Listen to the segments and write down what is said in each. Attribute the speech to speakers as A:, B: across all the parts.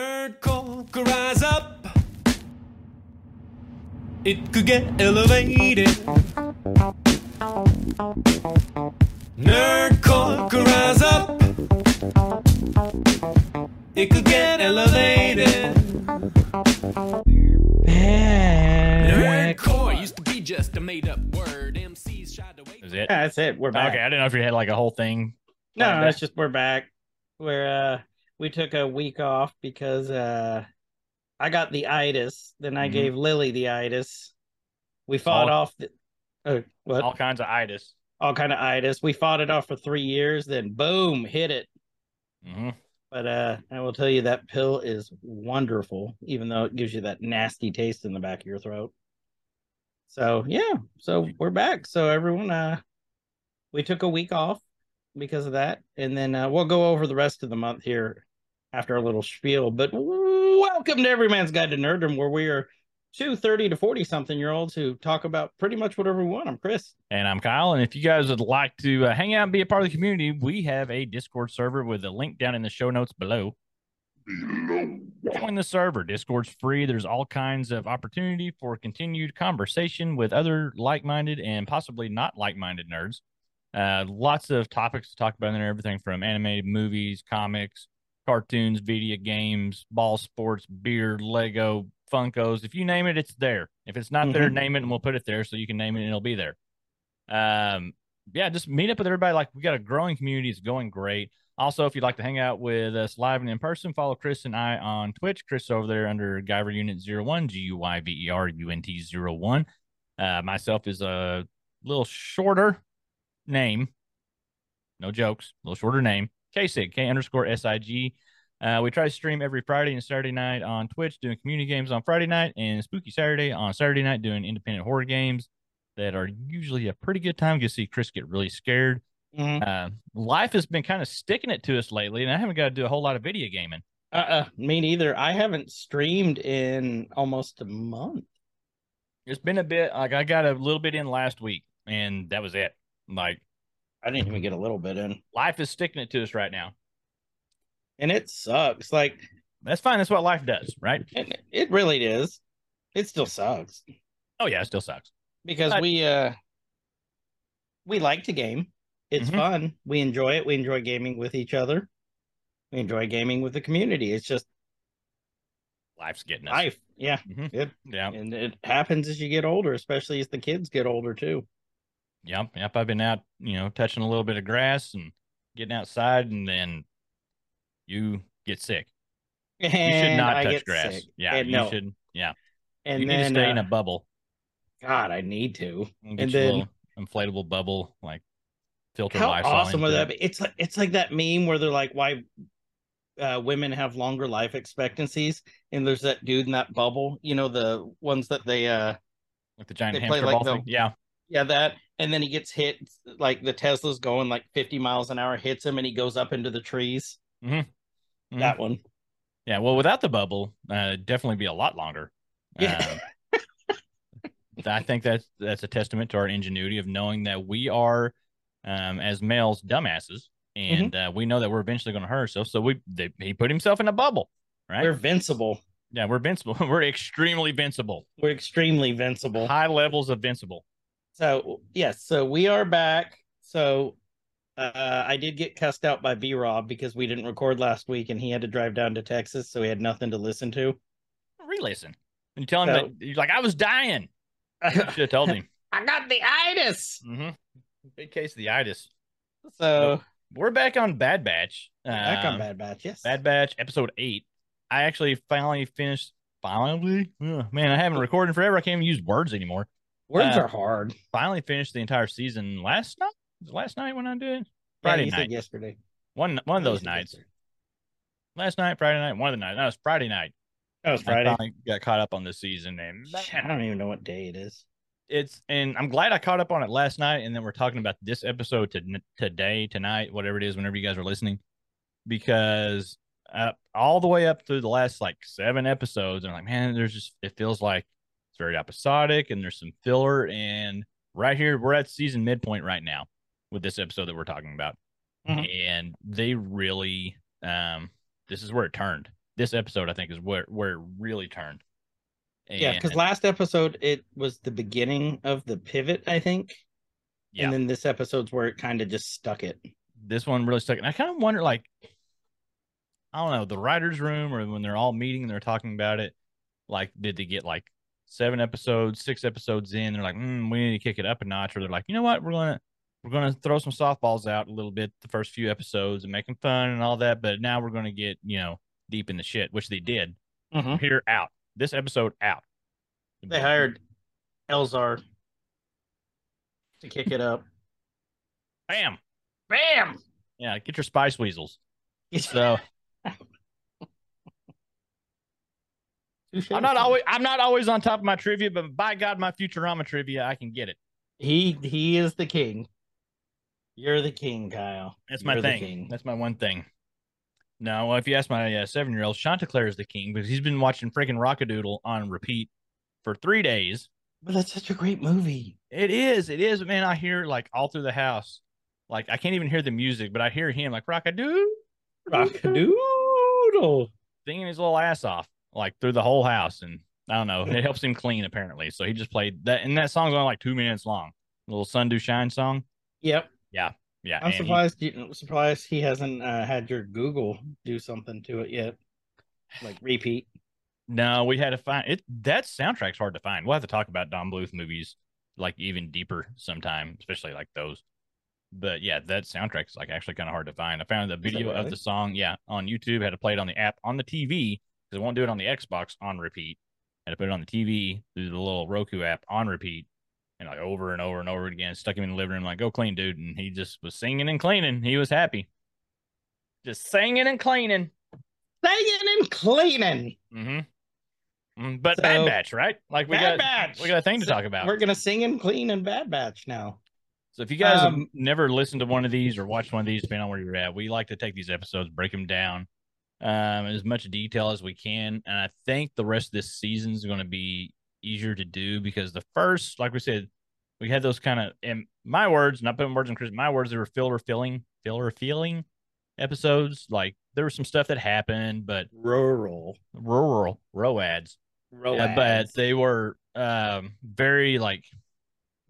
A: Nerdcore could rise up. It could get elevated. Nerdcore could rise up. It could get elevated. Nerdcore used to be just a made up word. MCs shied away.
B: Is it?
C: Yeah, that's it. We're back.
B: Okay, I didn't know if you had like a whole thing.
C: No,
B: Like
C: that's
B: that.
C: just we're back. We're uh we took a week off because uh I got the itis, then I
B: Mhm.
C: gave Lily the itis. We fought
B: All-
C: off the oh, what?
B: all
C: All,
B: kinds of itis.
C: kind of itis. We fought it off for three years, then boom, hit it.
B: hmm
C: But uh I will tell you that pill is wonderful, even though it gives you that nasty taste in the back of your throat. So yeah, so we're back. So everyone uh we took a week off because of that. And then uh, we'll go over the rest of the month here after a little spiel. But welcome to Every Man's Guide to Nerddom, where we are two 30 to 40 something year olds who talk about pretty much whatever we want. I'm Chris.
B: And I'm Kyle. And if you guys would like to uh, hang out and be a part of the community, we have a Discord server with a link down in the show notes below. Join the server. Discord's free. There's all kinds of opportunity for continued conversation with other like minded and possibly not like minded nerds. Uh, lots of topics to talk about in there everything from anime, movies, comics, cartoons, video games, ball sports, beer, Lego, Funkos. If you name it, it's there. If it's not there,
C: Mhm.
B: name it and we'll put it there so you can name it and it'll be there. Um, yeah, just meet up with everybody. Like we got a growing community. It's going great. Also, if you'd like to hang out with us live and in person, follow Chris and I on Twitch. Chris over there under Guyver Unit 01, G U Y V E R U N T 01. Uh, myself is a little shorter name. No jokes. A little shorter name. KSIG, K underscore S I G. Uh, we try to stream every Friday and Saturday night on Twitch, doing community games on Friday night and Spooky Saturday on Saturday night, doing independent horror games that are usually a pretty good time. You can see Chris get really scared.
C: Uh
B: Uh, life has been kind of sticking it to us lately, and I haven't got to do a whole lot of video gaming.
C: uh me neither. I haven't streamed in almost a month.
B: It's been a bit like I got a little bit in last week, and that was it. Like
C: I didn't even get a little bit in.
B: life is sticking it to us right now.
C: and it sucks. Like
B: That's fine. That's what life does, right?
C: it, it really is. It still sucks
B: Oh yeah, it still sucks.
C: because
B: But-
C: we uh we like to game. It's
B: Mhm.
C: fun. We enjoy it. We enjoy gaming with each other. We enjoy gaming with the community. It's just
B: Life's getting us.
C: life. Yeah.
B: Mhm.
C: Yep.
B: Yeah.
C: And it happens as you get older, especially as the kids get older too.
B: Yep, yep. I've been out, you know, touching a little bit of grass and getting outside, and then you get sick. You should
C: And
B: not
C: I
B: touch
C: get
B: grass.
C: sick.
B: Yeah,
C: And
B: you
C: no.
B: should. Yeah,
C: And
B: you need
C: then
B: to stay in
C: uh,
B: a bubble.
C: God, I need to.
B: And,
C: and
B: get your
C: then-
B: little inflatable bubble, like filter.
C: How
B: Lysol
C: awesome would
B: into
C: that
B: it.
C: be? It's like it's like that meme where they're like, why uh, women have longer life expectancies, and there's that dude in that bubble, you know, the ones that they uh
B: Like the giant
C: They play
B: hamster
C: like
B: ball
C: the-
B: thing. Yeah,
C: yeah, that and then he gets hit like the Tesla's going like 50 miles an hour, hits him, and he goes up into the trees.
B: Mhm. Mhm.
C: That one.
B: yeah. Well, without the bubble, uh, it'd definitely be a lot longer.
C: Yeah.
B: Um, I think that's that's a testament to our ingenuity of knowing that we are, um, as males, dumbasses,
C: Mm-hmm.
B: and uh, we know that we're eventually going to hurt ourselves. So we they, he put himself in a bubble, right?
C: We're vincible.
B: yeah, we're invincible. we're extremely invincible.
C: We're extremely vincible.
B: High levels of invincible.
C: So yes, so we are back. So uh, I did get cussed out by B Rob because we didn't record last week, and he had to drive down to Texas, so he had nothing to listen to.
B: Re-listen. And you tell him
C: So-
B: that you're like, I was dying. Should have told him.
C: I got the itis.
B: hmm Big case of the itis.
C: So
B: We're back on Bad Batch.
C: back
B: Um,
C: on Bad Batch, yes.
B: Bad Batch episode eight. I actually finally finished. Finally, Ugh, man, I haven't recorded in forever. I can't even use words anymore.
C: Words
B: uh,
C: are hard.
B: Finally finished the entire season last night. Was it last night when I did it?
C: Yeah,
B: Friday
C: you said
B: night.
C: yesterday.
B: One one of
C: Yeah, you
B: those
C: said
B: nights.
C: yesterday.
B: Last night, Friday night, one of the nights. No, it's Friday night.
C: That Oh, was
B: I
C: Friday.
B: finally got caught up on this season, and
C: Shit, I don't even know what day it is.
B: it's and I'm glad I caught up on it last night, and then we're talking about this episode to today, tonight, whatever it is, whenever you guys are listening, because uh, all the way up through the last like seven episodes, I'm like, man, there's just it feels like it's very episodic, and there's some filler, and right here we're at season midpoint right now with this episode that we're talking about,
C: Mhm.
B: and they really, um, this is where it turned. this episode, I think, is where where it really turned.
C: yeah, because
B: And-
C: last episode it was the beginning of the pivot, I think.
B: yeah,
C: And then this episode's where it kind of just stuck it.
B: this one really stuck. And I kind of wonder, like, I don't know, the writers' room or when they're all meeting and they're talking about it, like, did they get like seven episodes, six episodes in? They're like, mm, we need to kick it up a notch, or they're like, you know what, we're gonna we're gonna throw some softballs out a little bit the first few episodes and make them fun and all that, but now we're gonna get you know deep in the shit, which they did.
C: Mhm.
B: Here out this episode out.
C: They hired Elzar to kick it up.
B: bam,
C: Bam!
B: yeah, get your spice weasels. So. I'm not always I'm not always on top of my trivia, but by God, my Futurama trivia, I can get it.
C: He he is the king. You're the king, Kyle.
B: That's my
C: You're the
B: thing.
C: king.
B: That's my one thing. No, well, if you ask my uh, seven year old, Chanticleer is the king because he's been watching freaking Rockadoodle on repeat for three days.
C: But that's such a great movie.
B: It is, it is, man. I hear like all through the house, like I can't even hear the music, but I hear him like Rockadoodle
C: Rockadoodle.
B: singing his little ass off like through the whole house, and I don't know, it helps him clean apparently. So he just played that, and that song's only like two minutes long. little Sun Do Shine song.
C: Yep.
B: Yeah,
C: I'm
B: and he-
C: surprised you surprised he hasn't uh, had your Google do something to it yet. Like repeat.
B: No, we had to find it. That soundtrack's hard to find. We'll have to talk about Don Bluth movies like even deeper sometime, especially like those. But yeah, that soundtrack is like actually kind of hard to find. I found the
C: that
B: video of
C: really?
B: the song, yeah, on YouTube. Had to play it on the app on the TV because it won't do it on the Xbox on repeat. Had to put it on the TV through the little Roku app on repeat and like over and over and over again. Stuck him in the living room, like, go clean, dude. And he just was singing and cleaning. He was happy. Just singing and cleaning.
C: Saying and cleaning.
B: Mm-hmm. But Bad
C: So-
B: Batch, right? Like we
C: Bad
B: got
C: Batch.
B: we got a thing to
C: So
B: talk about.
C: We're gonna sing and clean in Bad Batch now.
B: So if you guys have
C: um,
B: never listened to one of these or watched one of these, depending on where you're at, we like to take these episodes, break them down um, in as much detail as we can. And I think the rest of this season is going to be easier to do because the first, like we said, we had those kind of, in my words, not putting words in Chris, my words, they were filler filling, filler feeling episodes. Like there was some stuff that happened, but
C: Rural.
B: rural, row ads.
C: Rural.
B: Yeah, but they were um, very like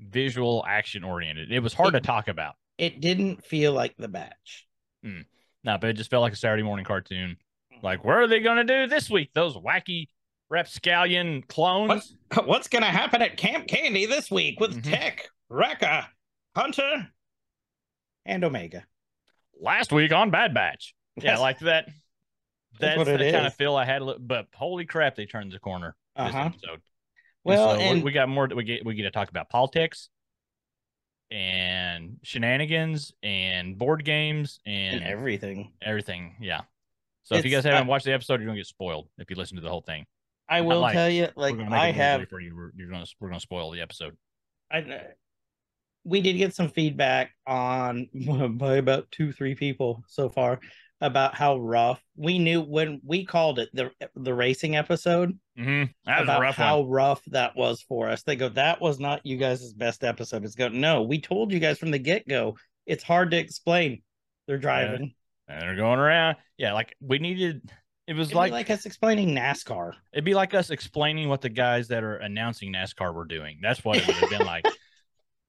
B: visual action oriented. It was hard to talk about.
C: it didn't feel like the batch.
B: No, but it just felt like a Saturday morning cartoon.
C: Mm-hmm.
B: Like, what are they going to do this week? Those wacky rapscallion clones.
C: What's, what's going to happen at Camp Candy this week with
B: Mhm.
C: Tech, Rekka, Hunter, and Omega?
B: Last week on Bad Batch. Yeah,
C: Yes.
B: like that. That's,
C: That's what
B: the
C: it
B: kind of
C: is.
B: feel I had. a li- But holy crap, they turned the corner this
C: Uh-huh.
B: episode. And
C: Well,
B: so we're-
C: and
B: we got more. We get we get to talk about politics and shenanigans and board games
C: and
B: and
C: everything.
B: everything. Yeah. So if you guys
C: It's- I-
B: haven't watched the episode, you're gonna get spoiled if you listen to the whole thing.
C: I will
B: like-
C: tell you,
B: We're
C: like
B: gonna make
C: I
B: it
C: have,
B: for you. We're, you're gonna we're gonna spoil the episode.
C: I, we did get some feedback on by about two, three people so far about how rough we knew when we called it the the racing episode.
B: Mm-hmm. That was a
C: about
B: rough
C: how
B: one.
C: rough that was for us. They go, that was not you guys' best episode. It's go, no, we told you guys from the get go. It's hard to explain. They're driving.
B: And they're going around. Yeah, like we needed. It was
C: It's
B: like,
C: like, like us explaining NASCAR.
B: it'd be like us explaining what the guys that are announcing NASCAR were doing. That's what it would have been like.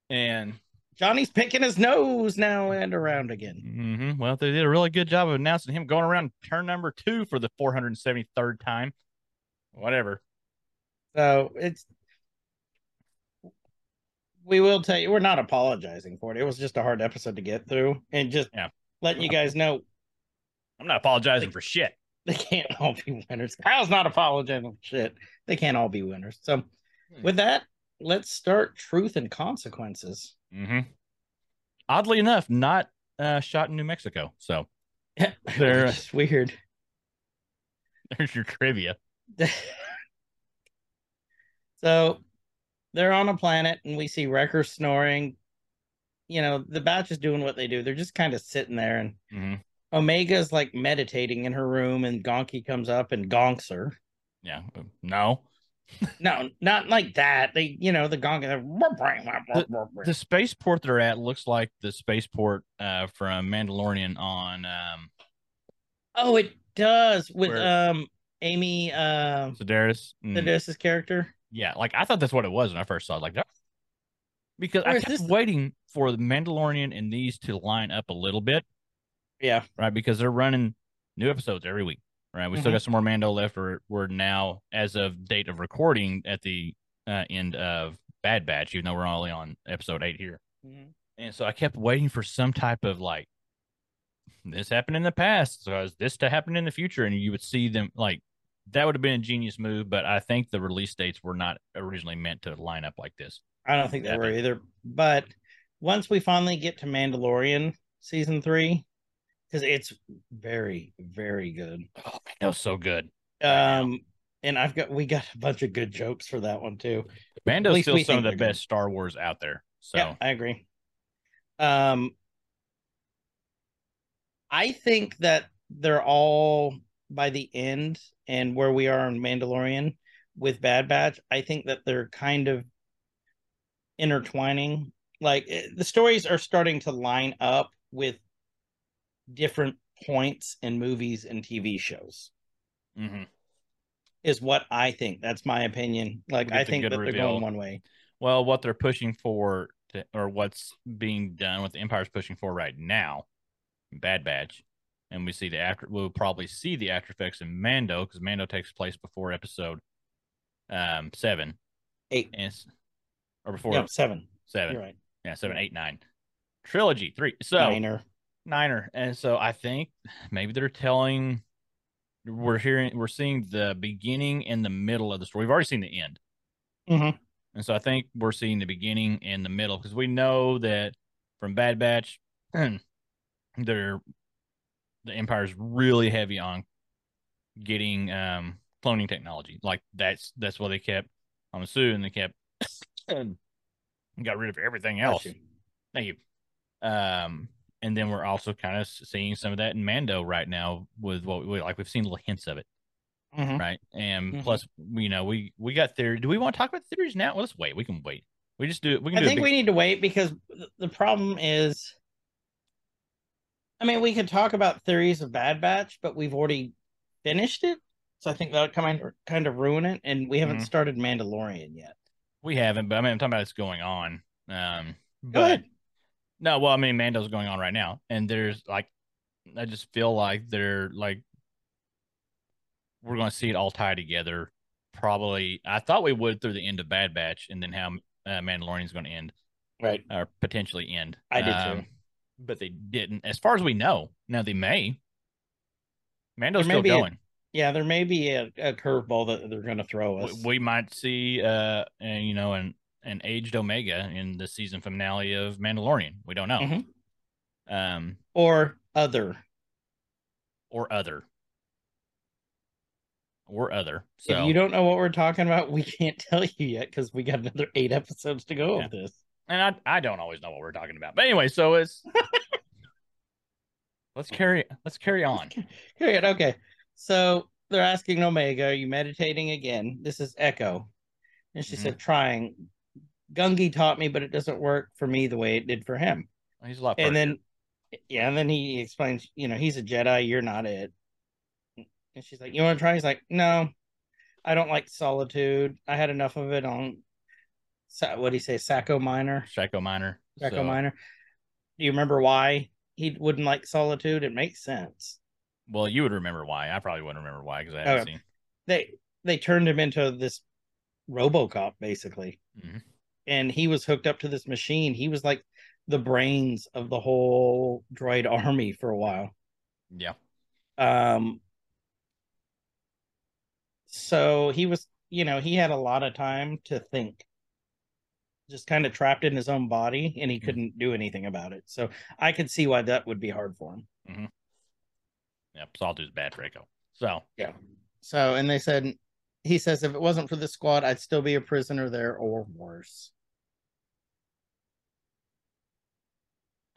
B: And
C: Johnny's picking his nose now and around again.
B: mhm, well, they did a really good job of announcing him going around turn number two for the 473rd time. Whatever.
C: So it's we will tell you we're not apologizing for it. It was just a hard episode to get through and just
B: Yeah.
C: letting you guys know
B: I'm not apologizing for shit.
C: they can't all be winners. Kyle's not apologizing for shit. They can't all be winners. So
B: Hmm.
C: with that, let's start truth and consequences.
B: hmm Oddly enough, not uh, shot in New Mexico. So There-
C: It's weird.
B: there's your trivia.
C: so they're on a planet and we see Wrecker snoring. You know, the batch is doing what they do. They're just kind of sitting there and
B: hmm
C: Omega's like meditating in her room and Gonki comes up and gonks her.
B: Yeah. uh, No.
C: No, not like that. They, you know, the gonk.
B: The spaceport they're at looks like the spaceport uh, from Mandalorian on. Um,
C: oh, it does with
B: Where-
C: um Amy uh
B: Sedaris. Mm.
C: Sedaris' character.
B: Yeah, like I thought that's what it was when I first saw it. Like, "That-" because
C: Or
B: I
C: is
B: kept
C: this-
B: waiting for the Mandalorian and these to line up a little bit,
C: Yeah.
B: right? Because they're running new episodes every week, right? We
C: Mm-hmm.
B: still got some more Mando left. We're, we're now, as of date of recording, at the uh, end of Bad Batch, even though we're only on episode eight here. And so I kept waiting for some type of like this happened in the past, so is this to happen in the future? And you would see them like that would have been a genius move, but I think the release dates were not originally meant to line up like this.
C: I don't think they
B: Yeah.
C: were either. But once we finally get to Mandalorian season three, because it's very, very good.
B: Oh, man, that was so good. now.
C: Um, and I've got we got a bunch of good jokes for that one too.
B: Mando's
C: least
B: still
C: we
B: some of
C: think
B: the
C: they're good.
B: best Star Wars out there. So
C: Yeah, I agree. Um, I think that they're all by the end and where we are in Mandalorian with Bad Batch. I think that they're kind of intertwining. Like eh, the stories are starting to line up with different points in movies and TV shows.
B: mhm.
C: Is what I think. That's my opinion. Like
B: We get
C: I
B: the
C: think
B: good
C: that they're
B: reveal.
C: going one way.
B: well, what they're pushing for, to, or what's being done, what the Empire's pushing for right now, Bad Batch, and we see the after. We'll probably see the after effects in Mando because Mando takes place before Episode um seven.
C: Eight,
B: and it's- or before
C: no, seven.
B: seven,
C: You're right.
B: yeah, seven, eight, nine, trilogy three, so
C: Niner.
B: niner, and so I think maybe they're telling we're hearing we're seeing the beginning and the middle of the story. We've already seen the end,
C: Mhm.
B: and so I think we're seeing the beginning and the middle because we know that from Bad Batch, they're the Empire's really heavy on getting um cloning technology. Like that's that's what they kept on the Sue and they kept got rid of everything
C: Got
B: else.
C: you.
B: Thank you. Um, and then we're also kind of seeing some of that in Mando right now with what we like. We've seen little hints of it,
C: Mhm.
B: right? And
C: Mhm.
B: plus, you know, we we got theory. Do we want to talk about theories now? Well, let's wait. We can wait. We just do it. We can
C: I
B: do
C: think
B: a
C: we
B: big,
C: need to wait because th- the problem is, I mean, we could talk about theories of Bad Batch, but we've already finished it, so I think that'll kind of kind of ruin it. And we haven't
B: Mhm.
C: started Mandalorian yet.
B: we, haven't. But I mean, I'm talking about it's going on. Um,
C: Go
B: but
C: ahead.
B: no, well, I mean, Mando's going on right now, and there's like, I just feel like they're like, we're going to see it all tie together. Probably, I thought we would through the end of Bad Batch, and then how uh, Mandalorian's going to end.
C: Right.
B: or potentially end. Um,
C: I did too.
B: but they didn't. As far as we know, now they may. Mando's
C: There
B: still
C: may be a-
B: going.
C: Yeah, there may be a, a curveball that they're going to throw us.
B: We, we might see, uh, a- you know, an an aged Omega in the season finale of Mandalorian. We don't know.
C: Mhm.
B: Um,
C: or other.
B: or other, or other. So
C: If you don't know what we're talking about, we can't tell you yet because we got another eight episodes to go
B: Yeah.
C: of this.
B: and I I don't always know what we're talking about. But anyway, so it's let's carry let's carry on.
C: Period. Okay. So they're asking Omega, are you meditating again? This is Echo. And she
B: Mhm.
C: said, trying. Gungi taught me, but it doesn't work for me the way it did for him.
B: He's a lot.
C: And
B: further.
C: then, yeah, and then he explains, you know, he's a Jedi, you're not it. And she's like, you want to try? He's like, no, I don't like solitude. I had enough of it on, what do you say, Sacco Minor?
B: Shaco Minor.
C: Sacco
B: so-
C: Minor. Do you remember why he wouldn't like solitude? It makes sense.
B: Well, you would remember why. I probably wouldn't remember why because I haven't
C: Okay.
B: seen.
C: they they turned him into this RoboCop basically,
B: Mhm.
C: and he was hooked up to this machine. He was like the brains of the whole droid army for a while.
B: Yeah,
C: Um, so he was, you know, he had a lot of time to think. Just kind of trapped in his own body, and he
B: Mhm.
C: couldn't do anything about it. So I could see why that would be hard for him.
B: yeah. Saltu's bad for Echo. So
C: So, and they said, he says, if it wasn't for the squad, I'd still be a prisoner there or worse.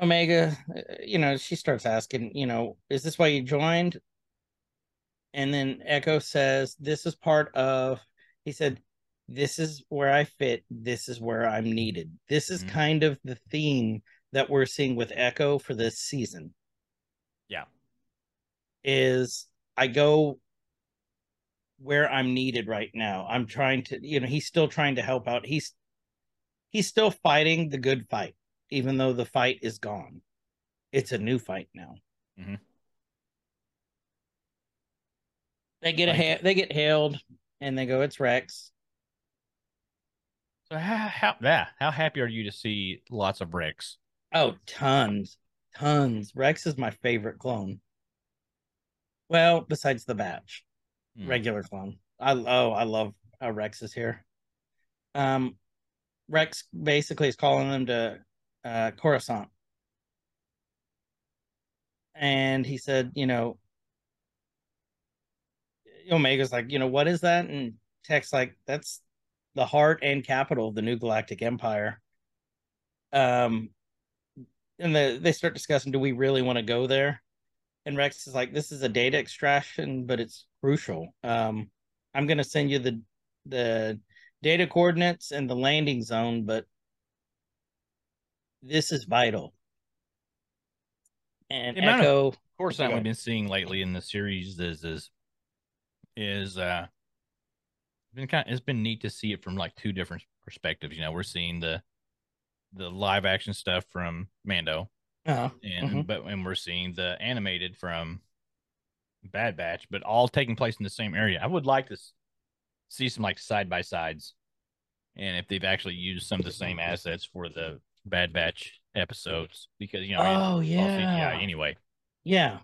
C: Omega, uh, you know, she starts asking, you know, is this why you joined? And then Echo says, this is part of, he said, this is where I fit. This is where I'm needed. This is
B: Mhm.
C: kind of the theme that we're seeing with Echo for this season
B: Yeah.
C: is I go where I'm needed right now. I'm trying to, you know, he's still trying to help out. He's he's still fighting the good fight, even though the fight is gone. It's a new fight now.
B: Mhm.
C: They get a
B: Like-
C: ha- they get hailed, and they go, "It's Rex."
B: So how how yeah, how happy are you to see lots of Rex?
C: Oh, tons, tons. Rex is my favorite clone. Well, besides the batch.
B: Hmm.
C: regular clone. I oh, I love how Rex is here. Um, Rex basically is calling them to uh, Coruscant, and he said, you know, Omega's like, you know, what is that? And Tech's like, that's the heart and capital of the new Galactic Empire. Um, and the, they start discussing, do we really want to go there? and Rex is like, "This is a data extraction, but it's crucial. Um, I'm going to send you the the data coordinates and the landing zone, but this is vital." And
B: The amount of-
C: Echo,
B: Of course, that
C: Okay.
B: we've been seeing lately in the series is is is uh been kind it's been neat to see it from like two different perspectives. You know, we're seeing the the live action stuff from Mando,
C: uh,
B: and
C: Mhm.
B: but and we're seeing the animated from Bad Batch, but all taking place in the same area. I would like to s- see some like side by sides, and if they've actually used some of the same assets for the Bad Batch episodes, because you know, it's
C: oh
B: all
C: yeah,
B: CGI anyway,
C: yeah,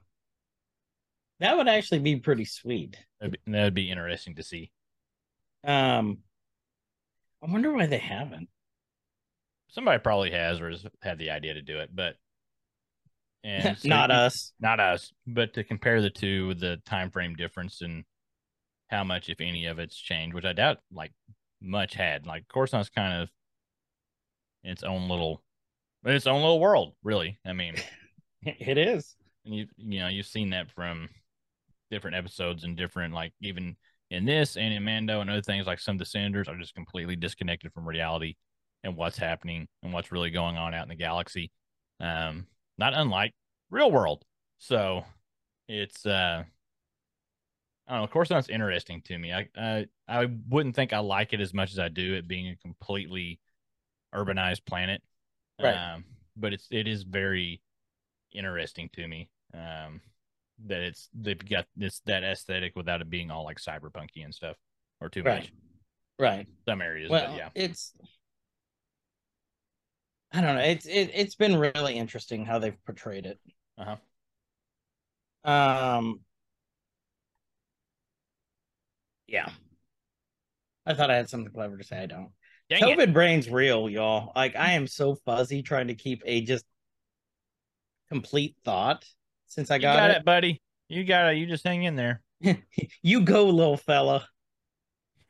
C: that would actually be pretty sweet.
B: that'd be, that'd be interesting to see.
C: Um, I wonder why they haven't.
B: Somebody probably has or has had the idea to do it, but and so
C: Not
B: you-
C: us.
B: not us, but to compare the two, the time frame difference and how much, if any, of it's changed, which I doubt like much had. Like Coruscant's kind of its own little, its own little world, really. I mean,
C: It is.
B: and you you know you've seen that from different episodes and different like even in this and in Mando and other things like some of the senators are just completely disconnected from reality and what's happening and what's really going on out in the galaxy. Um, not unlike real world. So it's uh I don't know, of course that's interesting to me. I I, I wouldn't think I like it as much as I do it being a completely urbanized planet.
C: Right.
B: Um, but it's it is very interesting to me. Um that it's they've got this that aesthetic without it being all like cyberpunky and stuff or too
C: Right.
B: much.
C: Right.
B: Some areas,
C: well,
B: but yeah.
C: it's I don't know. It's it, it's been really interesting how they've portrayed it.
B: Uh-huh.
C: Um, yeah. I thought I had something clever to say. I don't.
B: Dang it.
C: COVID brain's real, y'all. Like I am so fuzzy trying to keep a just complete thought since I
B: You
C: got,
B: got
C: it.
B: it, buddy. You got it. You just hang in there.
C: you go, little fella.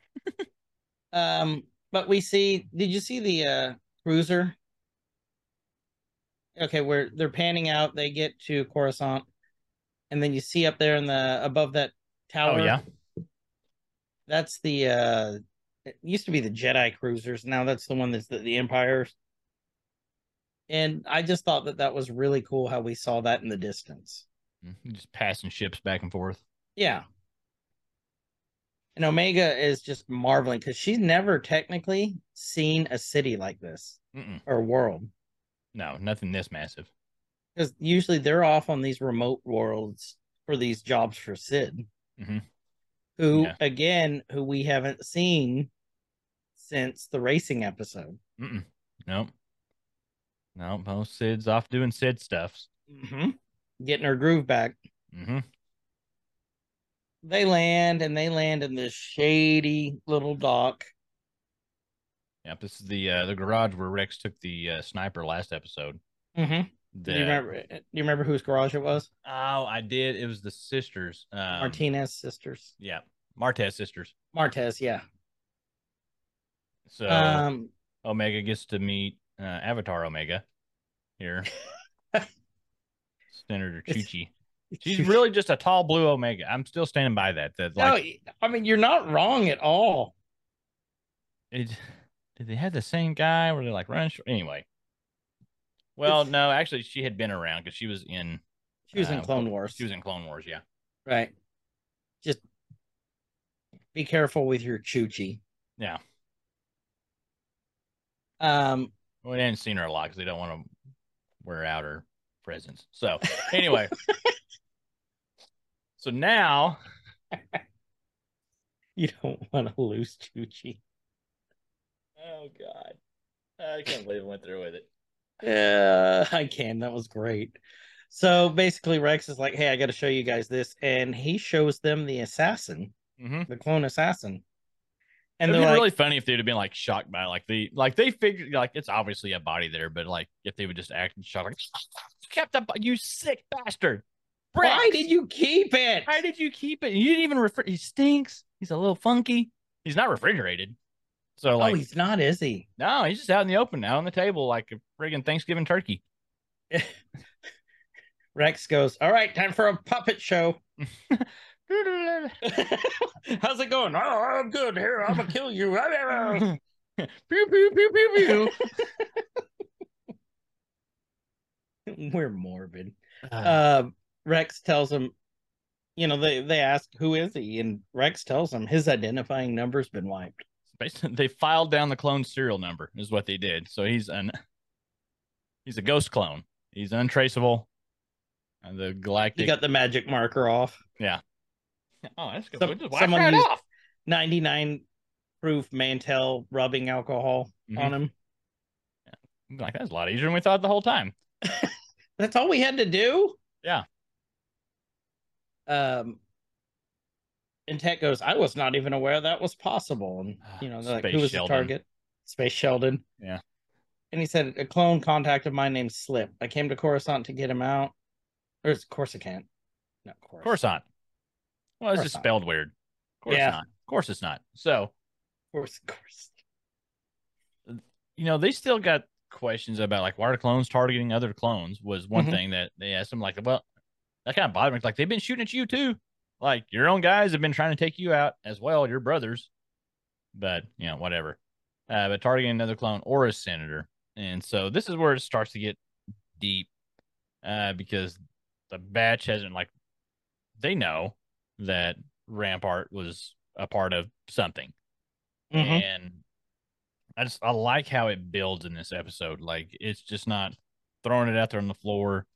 C: um, but we see. Did you see the uh cruiser? Okay, where they're panning out, they get to Coruscant, and then you see up there in the above that tower.
B: Oh yeah.
C: that's the. uh It used to be the Jedi cruisers. Now that's the one that's the, the Empire's. And I just thought that that was really cool how we saw that in the distance.
B: Mhm. Just passing ships back and forth.
C: Yeah. And Omega is just marveling because she's never technically seen a city like this
B: Mm-mm.
C: or world.
B: No, nothing this massive.
C: Because usually they're off on these remote worlds for these jobs for Sid,
B: Mhm.
C: who,
B: Yeah.
C: again, who we haven't seen since the racing episode.
B: Mm-mm. Nope. Nope. Oh, Sid's off doing Sid stuffs.
C: Mm-hmm. Getting her groove back.
B: Mm-hmm.
C: They land and they land in this shady little dock.
B: Yep. This is the uh, the garage where Rex took the uh, sniper last episode.
C: Mm-hmm. Do
B: The,
C: you remember? Do you remember whose garage it was?
B: Oh, I did. It was the sisters. Um,
C: Martinez sisters.
B: Yeah, Martez sisters.
C: Martez, yeah.
B: So
C: Um,
B: Omega gets to meet uh, Avatar Omega here. Senator
C: It's-
B: Chuchi. She's really just a tall blue Omega. I'm still standing by that. That
C: no.
B: like
C: I mean, you're not wrong at all.
B: it, did they have the same guy? Were they like running short? Anyway. Well,
C: It's-
B: no, actually, she had been around because she was in
C: She was in
B: Uh,
C: Clone Wars.
B: she was in Clone Wars. Yeah,
C: right. Be careful with your choochie.
B: Yeah.
C: Um.
B: We haven't seen her a lot because they don't want to wear out her presence. So anyway, so now
C: You don't want to lose Chuchi.
B: oh god, I can't believe I went through with it.
C: Yeah, I can. That was great. So basically, Rex is like, "Hey, I got to show you guys this," and he shows them the assassin,
B: Mm-hmm.
C: the clone assassin, and
B: And it'd
C: they're
B: be
C: like,
B: really funny if they'd have been like shocked by like the like they figured like it's obviously a body there, but like if they would just act and shocked like kept up you sick bastard.
C: "Why
B: Bricks!
C: did you keep it?"
B: Why did you keep it? You didn't even refer. He stinks. He's a little funky. He's not refrigerated. So like,
C: oh, he's not, is he?
B: no, he's just out in the open, out on the table, like a friggin' Thanksgiving turkey.
C: Rex goes, "All right, time for a puppet show." How's it going? Oh, I'm good. Here, I'm gonna kill you.
B: pew pew pew pew pew.
C: We're morbid.
B: Uh,
C: Uh, Rex tells him, you know, they they ask who is he, and Rex tells him his identifying number's been wiped.
B: basically, they filed down the clone serial number, is what they did. So he's an he's a ghost clone. He's untraceable. And the
C: He
B: galactic.
C: got the magic marker off.
B: oh, that's good.
C: Some-
B: we just wiped
C: someone
B: that
C: used-
B: off.
C: Ninety nine proof Mantel rubbing alcohol
B: Mhm.
C: on him.
B: Like that's a lot easier than we thought the whole time.
C: That's all we had to do.
B: Yeah.
C: Um. And Tech goes, I was not even aware that was possible. And you know, they're like,
B: Ah, Space
C: who was
B: Sheldon.
C: the target? Space Sheldon.
B: Yeah.
C: And he said, a clone contact of mine named Slip. I came to Coruscant to get him out. Or it's Corsicant. No, Coruscant.
B: Of course not. Well, it's
C: Course
B: just
C: not.
B: spelled weird. Of course
C: Yeah.
B: not. Of course it's not. So,
C: Course, course.
B: you know, they still got questions about like why are clones targeting other clones was one
C: Mhm.
B: thing that they asked them like, well, that kind of bothered me. It's Like they've been shooting at you too. Like your own guys have been trying to take you out as well, your brothers. But you know, whatever. Uh, but targeting another clone or a senator. And so this is where it starts to get deep. Uh, because the batch hasn't like they know that Rampart was a part of something
C: Mhm.
B: and I just I like how it builds in this episode. Like it's just not throwing it out there on the floor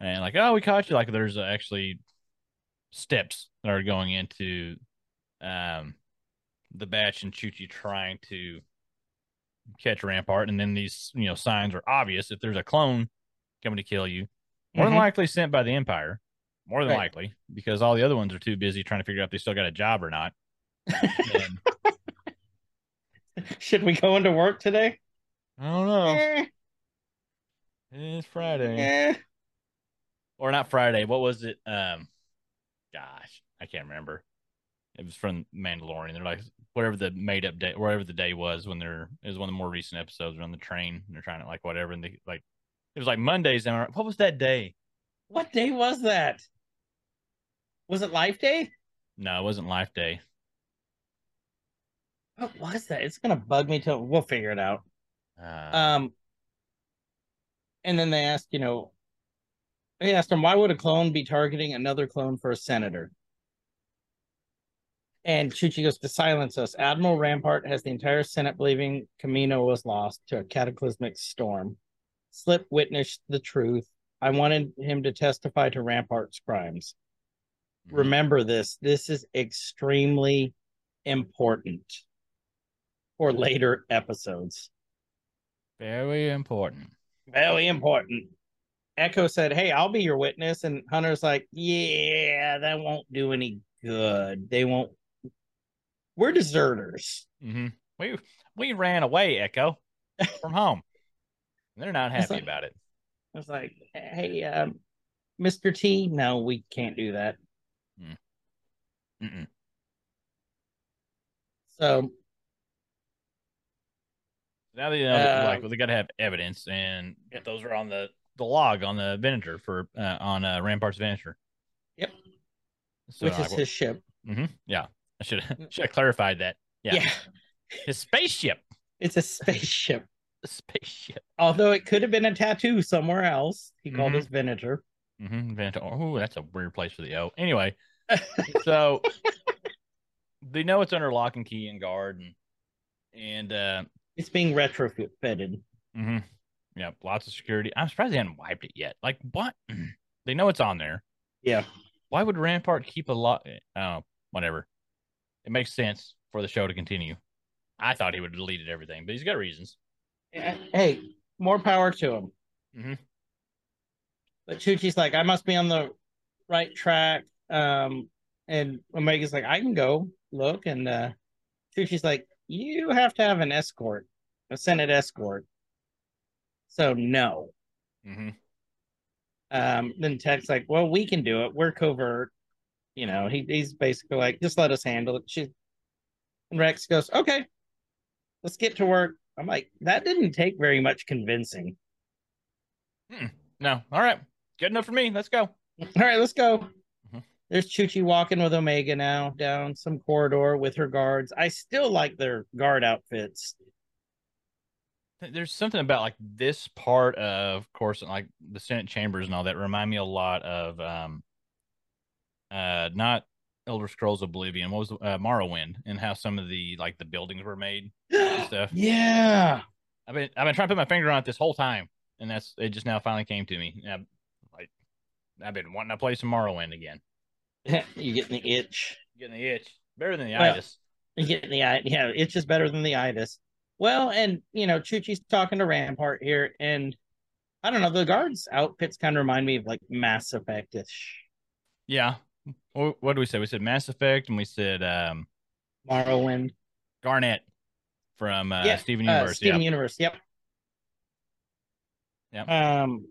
B: and like oh we caught you. Like there's actually steps that are going into um the batch and Chuchi trying to catch Rampart, and then these you know signs are obvious. If there's a clone coming to kill you, more
C: Mhm.
B: than likely sent by the Empire. More than
C: Right.
B: likely, because all the other ones are too busy trying to figure out if they still got a job or not. Um, And-
C: Should we go into work today?
B: I don't know.
C: Eh,
B: It's Friday.
C: eh.
B: Or not Friday. What was it? Um gosh, I can't remember. It was from Mandalorian. They're like whatever the made up day whatever the day was when they're it was one of the more recent episodes they're on the train and they're trying to like whatever and they like it was like Mondays and I'm like, what was that day?
C: What day was that? Was it Life Day?
B: No, it wasn't Life Day.
C: What was that? It's gonna bug me till we'll figure it out.
B: Uh,
C: Um, and then they asked, you know, they asked him, why would a clone be targeting another clone for a senator? And Chuchi goes to silence us. Admiral Rampart has the entire Senate believing Camino was lost to a cataclysmic storm. Slip witnessed the truth. I wanted him to testify to Rampart's crimes.
B: mhm.
C: Remember this. This is extremely important for later episodes.
B: very important.
C: Very important. Echo said, Hey, I'll be your witness. And Hunter's like, Yeah, that won't do any good. They won't. We're deserters.
B: hmm We we ran away, Echo, from home. They're not
C: It's
B: happy
C: like-
B: about it.
C: I was like, Hey, um, Mr. T, no, we can't do that.
B: Mm. Mm-mm.
C: So,
B: Now they know that,
C: Uh,
B: like well, they got to have evidence, and if those are on the the log on the Venator for uh, on uh, Rampart's Venator.
C: Yep.
B: So,
C: which
B: like,
C: is his ship.
B: mhm, yeah, I should should have clarified that. Yeah. His spaceship,
C: It's a spaceship.
B: The spaceship.
C: Although it could have been a tattoo somewhere else. He called
B: Mhm.
C: us Venator.
B: Mm-hmm, Venator. Oh, that's a weird place for the O. Anyway, so they know it's under lock and key and guard, and and uh,
C: It's being retrofitted.
B: hmm yeah, lots of security. I'm surprised they haven't wiped it yet. Like what? they know it's on there.
C: Yeah.
B: Why would Rampart keep a lot? Oh, whatever. It makes sense for the show to continue. I thought he would have deleted everything, but he's got reasons.
C: Eh, Hey, more power to him.
B: Mhm.
C: But Chuchi's like, I must be on the right track. Um, and Omega's like, I can go look. And uh, Chuchi's like, you have to have an escort, a Senate escort. So no.
B: Mm-hmm.
C: Um, then Tech's like, well, we can do it. We're covert. You know, he, he's basically like, just let us handle it. She and Rex goes, okay, let's get to work. I'm like, that didn't take very much convincing.
B: Hmm. No, all right, good enough for me. Let's go.
C: All right, let's go.
B: Mhm.
C: There's Chuchi walking with Omega now down some corridor with her guards. I still like their guard outfits.
B: Th- There's something about like this part of, of course, like the Senate chambers and all that remind me a lot of, um, uh, not Elder Scrolls Oblivion. What was the, uh, Morrowind and how some of the like the buildings were made and stuff.
C: yeah.
B: I've been I've been trying to put my finger on it this whole time, and that's it. Just now finally came to me. And I, like I've been wanting to play some Morrowind again.
C: You're getting the itch.
B: Getting the itch better than the
C: Well,
B: itis.
C: You get the i- yeah, it's just better than the itis. Well, and you know, Chuchi's talking to Rampart here, and I don't know, the guards' outfits kind of remind me of like Mass Effect ish,
B: Yeah. Wh- What do we say? We said Mass Effect, and we said um,
C: Morrowind,
B: Garnet from uh,
C: Yeah,
B: Steven
C: uh,
B: Universe.
C: Steven
B: yeah.
C: Universe. Yep.
B: Yep.
C: Um.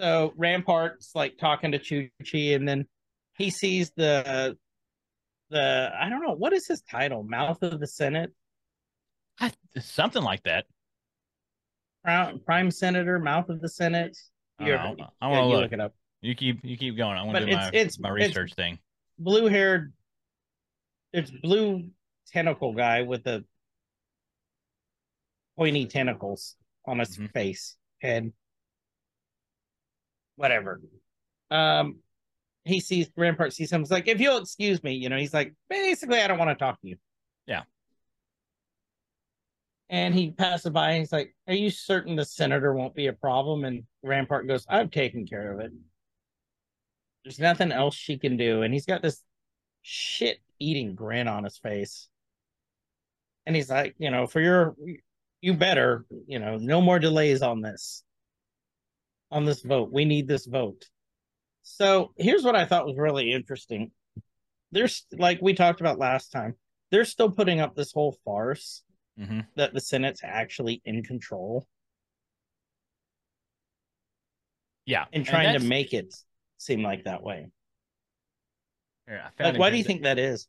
C: So Rampart's like talking to Chuchi, and then he sees the the I don't know what is his title, Mouth of the Senate,
B: I- something like that.
C: Prime, Prime Senator, Mouth of the Senate.
B: I
C: You
B: don't
C: ever-
B: know. I
C: yeah,
B: want
C: you
B: to
C: look.
B: look.
C: it up.
B: You keep you keep going. I want
C: But
B: to do
C: it's-
B: my
C: it's-
B: my
C: it's-
B: research thing.
C: Blue haired, it's blue tentacle guy with the pointy tentacles on his
B: Mhm.
C: face and whatever. Um, he sees Rampart sees him. He's like, if you'll excuse me, you know, he's like, basically, I don't want to talk to you.
B: Yeah.
C: And he passes by and he's like, Are you certain the senator won't be a problem? And Rampart goes, I've taken care of it. There's nothing else she can do. And he's got this shit eating grin on his face. And he's like, You know, for your, you better, you know, no more delays on this, on this vote. We need this vote. So here's what I thought was really interesting. There's like we talked about last time, they're still putting up this whole farce
B: hmm
C: that the Senate's actually in control
B: Yeah,
C: and trying to
B: that's-
C: make it seem like that way.
B: here, I
C: Like,
B: found a
C: why
B: good
C: do you
B: thing.
C: think that is?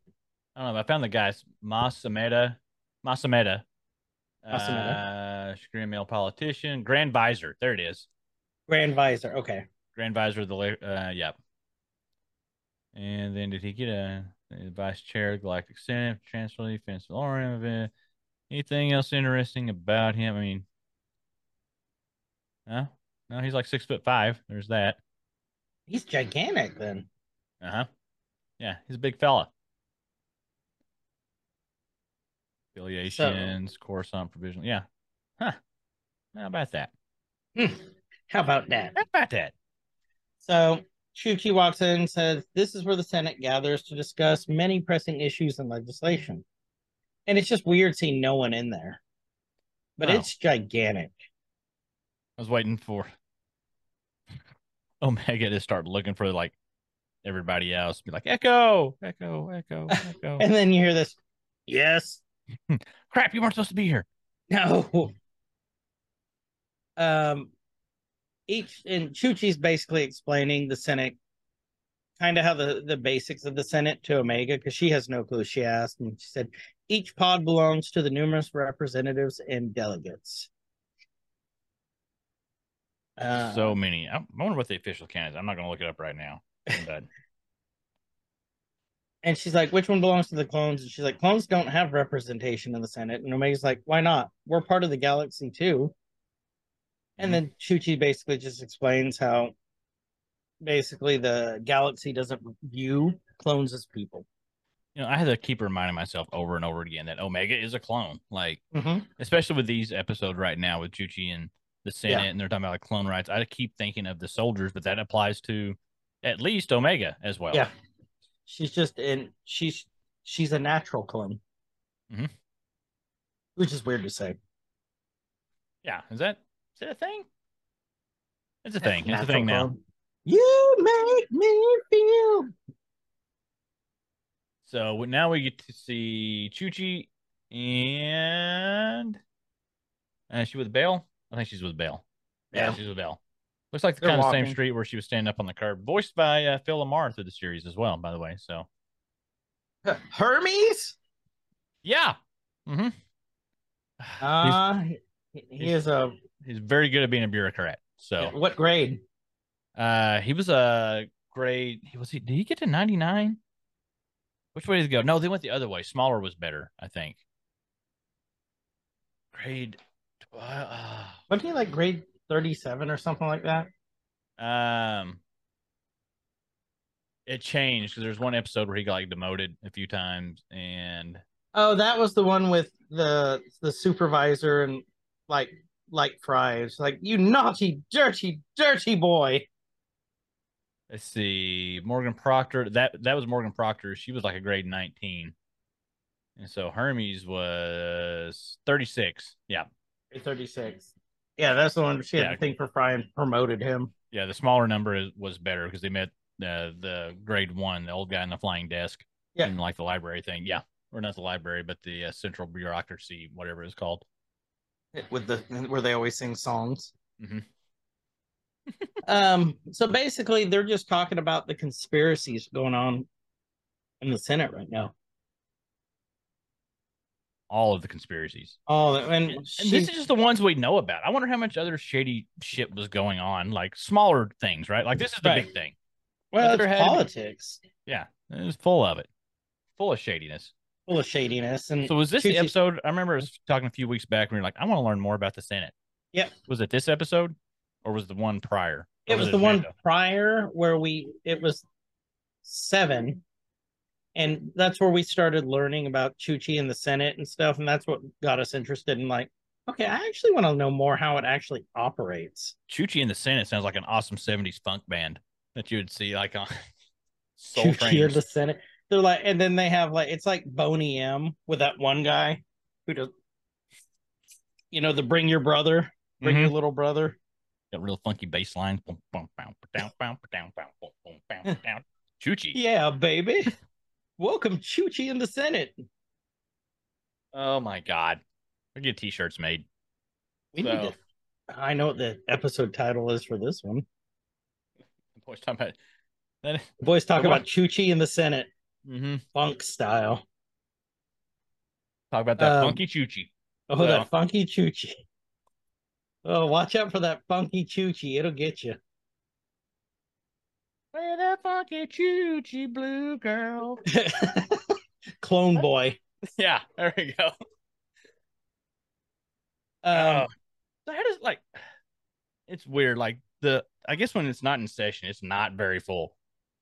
B: I don't know. but I found the guys Masameda, Masameda,
C: Masameda.
B: uh, Korean male politician, Grand Visor. There it is,
C: Grand Visor. Okay.
B: Grand Visor. Of the la- uh, yep. And then did he get a, a vice chair, Galactic Senate, Chancellor, Defense Valorem? event? Anything else interesting about him? I mean, no, no, he's like six foot five. There's that.
C: He's gigantic then.
B: Uh huh. Yeah, he's a big fella. Affiliations, Coruscant provision. Yeah. Huh. How about that?
C: Hmm. How about that?
B: How about that?
C: So Chuchi walks in and says, This is where the Senate gathers to discuss many pressing issues and legislation. And it's just weird seeing no one in there. But
B: Wow.
C: it's gigantic.
B: I was waiting for Omega to start looking for like everybody else. Be like, Echo, Echo, Echo, Echo.
C: And then you hear this, yes,
B: Crap, you weren't supposed to be here.
C: no. Um each and Chuchi's basically explaining the Senate kind of how the, the basics of the Senate to Omega, because she has no clue. She asked and she said, each pod belongs to the numerous representatives and delegates. Uh,
B: so many. I I wonder what the official count is. I'm not going to look it up right now. But
C: And she's like, which one belongs to the clones? And she's like, clones don't have representation in the Senate. And Omega's like, why not? We're part of the galaxy too. And then Chuchi basically just explains how basically the galaxy doesn't view clones as people.
B: You know, I had to keep reminding myself over and over again that Omega is a clone. Like,
C: Mm-hmm.
B: especially with these episodes right now with Juchi and the Senate,
C: Yeah.
B: and they're talking about like clone rights. I keep thinking of the soldiers, but that applies to at least Omega as well.
C: Yeah. She's just in. She's she's a natural clone,
B: Mhm.
C: which is weird to say.
B: Yeah. Is that is that a thing? It's a thing. It's a thing now.
C: You make me feel.
B: So we- now we get to see Chuchi and uh, she with Bale. I think she's with Bale. Yeah,
C: Yeah.
B: she's with Bale. Looks like the
C: They're
B: kind of same
C: walking.
B: street where she was standing up on the curb. Voiced by uh, Phil Lamar through the series as well, by the way. So
C: Hermes.
B: yeah, mm-hmm.
C: Uh, he, he
B: he's-
C: is a
B: he's, he's very good at being a bureaucrat. So
C: what grade?
B: uh, he was a great. He was he? Did he get to ninety nine? Which way did he go? No, they went the other way. Smaller was better, I think. Grade. tw- Uh,
C: Wasn't he like grade thirty-seven or something like that?
B: Um, it changed because there's one episode where he got like demoted a few times, and
C: Oh, that was the one with the the supervisor and like like fries, like you naughty, dirty, dirty boy.
B: let's see, Morgan Proctor. That that was Morgan Proctor. She was like a grade 19, and so Hermes was 36. Yeah,
C: Thirty six. Yeah, that's the one. She had
B: Yeah.
C: a thing for fry and promoted him.
B: yeah. The smaller number is, was better because they met uh, the grade one, the old guy in the flying desk,
C: Yeah.
B: in like the library thing. Yeah, or not the library, but the uh, central bureaucracy, whatever it's called.
C: with the where they always sing songs.
B: Mhm.
C: um. So basically, they're just talking about the conspiracies going on in the Senate right now.
B: All of the conspiracies.
C: Oh, and,
B: And
C: she,
B: this is just the ones we know about. I wonder how much other shady shit was going on, like smaller things, right? Like this is the
C: Right.
B: big thing.
C: well,
B: there
C: it's
B: had to be-
C: politics,
B: Yeah, it was full of it, full of shadiness.
C: full of shadiness, and
B: So was this the
C: Chuchi-
B: episode? I remember us talking a few weeks back when you're like, I want to learn more about the Senate.
C: Yep.
B: Was it this episode, or was it the one prior? Or
C: it was the one
B: random?
C: prior where we it was seven and that's where we started learning about chuchi and the senate and stuff and that's what got us interested in like okay i actually want to know more how it actually operates
B: Chuchi in the Senate sounds like an awesome '70s funk band that you would see like on Soul
C: Chuchi and
B: Train.
C: the senate they're like and then they have like it's like boney m with that one guy who does you know the bring your brother bring your little brother
B: Mm-hmm. Got real funky bass lines. Boom, boom, boom, ba-down, boom, ba-down, boom, boom, boom, boom, ba-down. Chuchi.
C: yeah baby welcome chuchi and the senate
B: Oh my god. We get t-shirts made.
C: We
B: So-
C: need to. I know what the episode title is for this one.
B: The boys talking about that.
C: The boys talk
B: What?
C: about Chuchi and the Senate,
B: Mm-hmm.
C: funk style.
B: Talk about that
C: Um,
B: funky choochie.
C: Oh,
B: Well.
C: that funky Chuchi. Oh, watch out for that funky Chuchi. It'll get you.
B: Where the funky choochie blue girl. Oh.
C: Clone boy.
B: yeah, there we go.
C: Um,
B: Oh. So how does like it's weird. Like the I guess when it's not in session, it's not very full.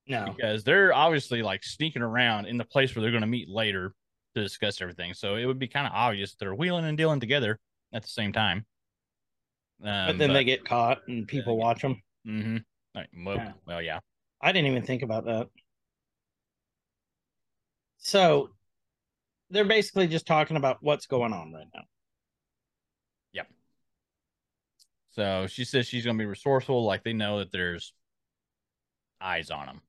C: no.
B: Because they're obviously like sneaking around in the place where they're gonna meet later to discuss everything. So it would be kind of obvious they're wheeling and dealing together at the same time. Um,
C: But then they get caught and people
B: they get-
C: watch them.
B: hmm Like, well,
C: Yeah.
B: well, yeah.
C: I didn't even think about that. So they're basically just talking about what's going on right now.
B: So she says she's going to be resourceful. Like they know that there's eyes on them.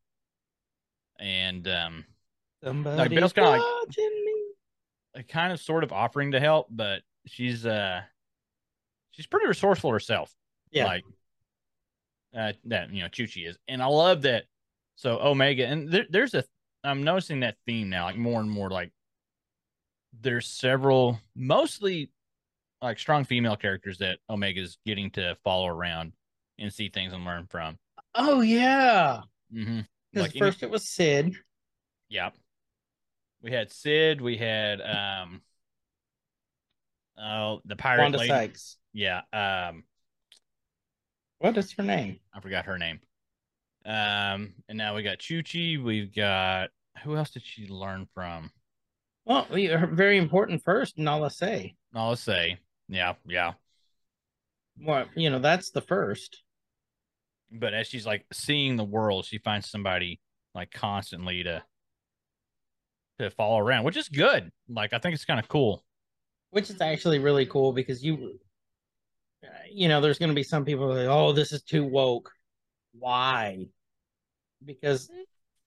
B: And um,
C: Somebody's
B: Bill's kinda like-
C: watching me.
B: a kind of sort of offering to help, but she's uh she's pretty resourceful herself.
C: Yeah.
B: Like uh that you know Chuchi is. And I love that so Omega and there, there's a I'm noticing that theme now, like more and more like there's several mostly like strong female characters that Omega's getting to follow around and see things and learn from.
C: Oh yeah.
B: Mm-hmm.
C: Because
B: Like any-
C: first it was Sid.
B: Yeah. We had Sid, we had um oh the pirate
C: Wanda
B: lady.
C: Sykes.
B: Yeah. Um,
C: What is her name?
B: I forgot her name. Um, and now we got Chuchi. We've got who else did she learn from?
C: Well, we are very important first, Nala Say.
B: No, Oh, let's say, yeah, yeah.
C: Well, you know, that's the first.
B: But as she's like seeing the world, she finds somebody like constantly to to follow around, which is good. Like I think it's kind of cool.
C: which is actually really cool because you uh, you know there's going to be some people that oh this is too woke why because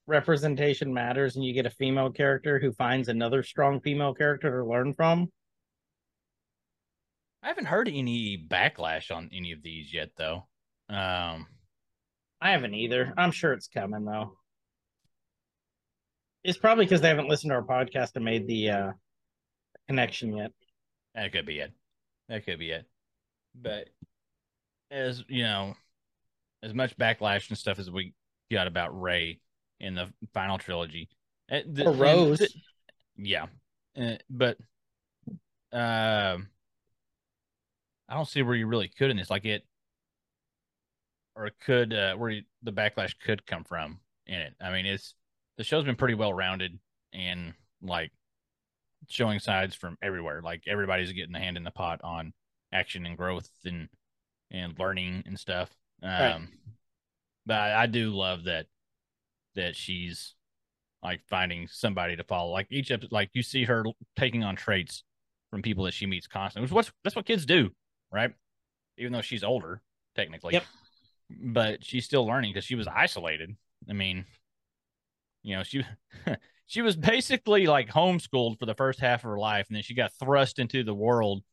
C: representation matters and you get a female character who finds another strong female character to learn from
B: I haven't heard any backlash on any of these yet, though. Um,
C: i haven't either i'm sure it's coming though it's probably because they haven't listened to our podcast and made the uh connection yet
B: that could be it. That could be it. But as you know, as much backlash and stuff as we got about Ray in the final trilogy, eh, the-
C: or rose
B: and- yeah, Eh, but um, I don't see where you really could in this. Like it, or could uh, where you, the backlash could come from in it. I mean, it's the show's been pretty well rounded and like showing sides from everywhere. Like everybody's getting the hand in the pot on action and growth and and learning and stuff. Um,
C: Right.
B: But I, I do love that that she's like finding somebody to follow. Like each episode, like you see her taking on traits from people that she meets constantly. Which what's that's what kids do, right? Even though she's older technically,
C: Yep.
B: but she's still learning because she was isolated. I mean, you know, she she was basically like homeschooled for the first half of her life, and then she got thrust into the world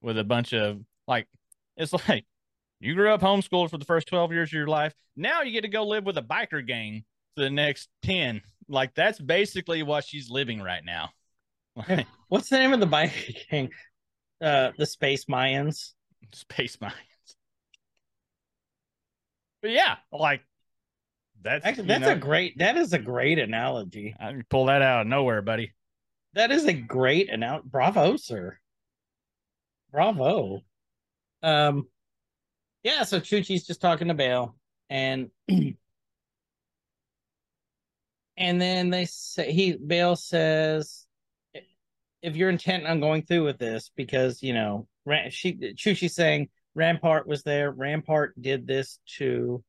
B: with a bunch of like it's like you grew up homeschooled for the first 12 years of your life. Now you get to go live with a biker gang for the next 10. Like that's basically what she's living right now. Like,
C: what's the name of the bike gang uh the space mayans
B: Space mines. But yeah, like that's
C: Actually,
B: you
C: that's
B: know,
C: a great. That is a great analogy.
B: I can pull that out of nowhere, buddy.
C: That is a great analogy. Bravo, sir. Bravo. Um, yeah. So Chuchi's just talking to Bale, and and then they say he Bale says, if you're intent on going through with this, because you know, Ran, she Chuchi's saying Rampart was there. Rampart did this to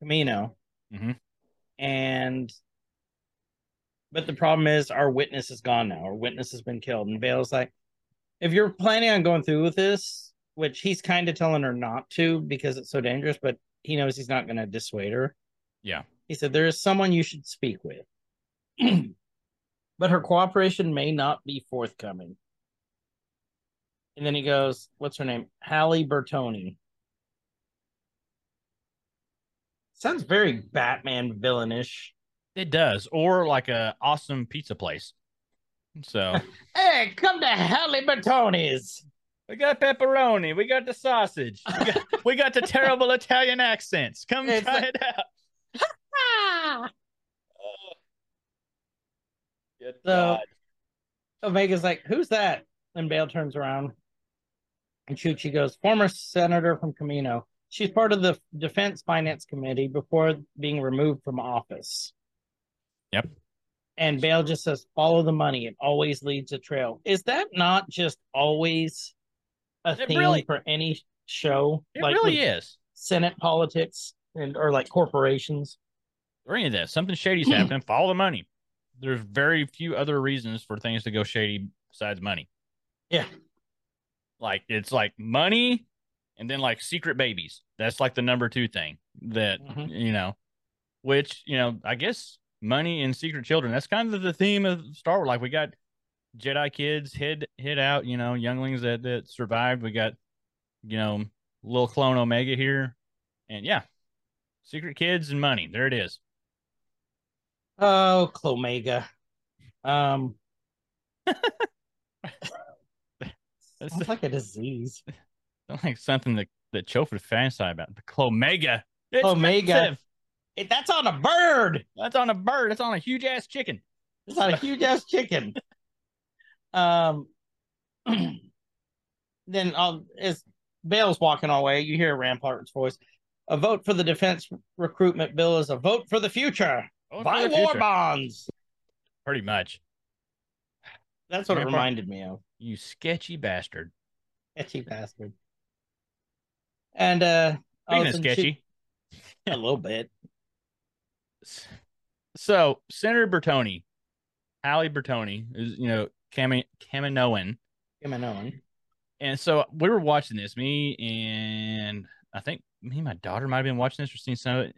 C: Camino
B: Mhm.
C: and but the problem is our witness is gone now. Our witness has been killed. And Vale's like, if you're planning on going through with this, which he's kind of telling her not to because it's so dangerous, but he knows he's not going to dissuade her.
B: Yeah.
C: He said, there is someone you should speak with. but her cooperation may not be forthcoming. And then he goes, what's her name? Hallie Bertoni. Sounds very Batman villainish.
B: It does, or like a awesome pizza place. So
C: Hey, come to Halliburtoni's.
B: we got pepperoni, we got the sausage, we got, we got the terrible Italian accents. Come
C: It's
B: try
C: like-
B: it out.
C: Ah!
B: Good
C: So Omega's like, who's that? And Bale turns around and Chuchi goes, former senator from Camino. She's part of the Defense Finance Committee before being removed from office.
B: Yep.
C: And Bale just says, follow the money. It always leads a trail. Is that not just always a
B: It
C: theme
B: really-
C: for any show?
B: It really
C: with
B: is.
C: Senate politics and or like corporations?
B: Or any of that. Something shady's happening. Follow the money. There's very few other reasons for things to go shady besides money.
C: Yeah.
B: Like it's like money and then like secret babies. That's like the number two thing that
C: Mhm.
B: you know, which, you know, I guess money and secret children. That's kind of the theme of Star Wars. Like we got Jedi kids hid hid out, you know, younglings that, that survived. We got, you know, little clone Omega here. And yeah. Secret kids and money. There it is.
C: Oh, Clomega. Um,
B: That's
C: sounds like a disease.
B: Sounds like something that that Chof would fantasize about. The Clomega. It's
C: Clomega.
B: massive.
C: Hey, that's on a bird.
B: That's on a bird. That's on a huge ass chicken.
C: It's on a huge ass chicken. Um, then um, as Bale's walking away, you hear Rampart's voice. A vote for the defense recruitment bill is a vote for the future.
B: Vote for
C: Buy
B: the
C: war
B: future.
C: bonds.
B: Pretty much.
C: That's what it
B: Remember-
C: reminded me of.
B: You sketchy bastard.
C: Sketchy bastard. And uh
B: Speaking of
C: Allison Chee-
B: sketchy.
C: a little bit.
B: So Senator Bertoni, Hallie Bertoni is you know Cami- Kaminoan,
C: Him and Owen.
B: and so we were watching this. Me and I think me and my daughter might have been watching this or seen some of it,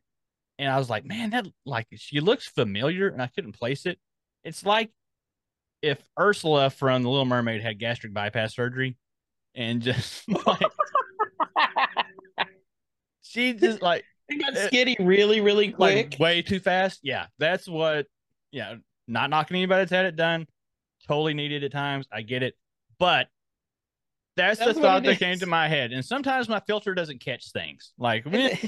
B: and I was like, man, that like she looks familiar, and I couldn't place it. It's like if Ursula from The Little Mermaid had gastric bypass surgery, and just like she just like
C: They got
B: Uh,
C: skitty really, really quick.
B: like way too fast. Yeah, that's what. Yeah, not knocking anybody that's had it done. Totally needed at times. I get it, but that's,
C: That's
B: the
C: what
B: thought
C: it
B: that
C: is.
B: came to my head. And sometimes my filter doesn't catch things. Like we,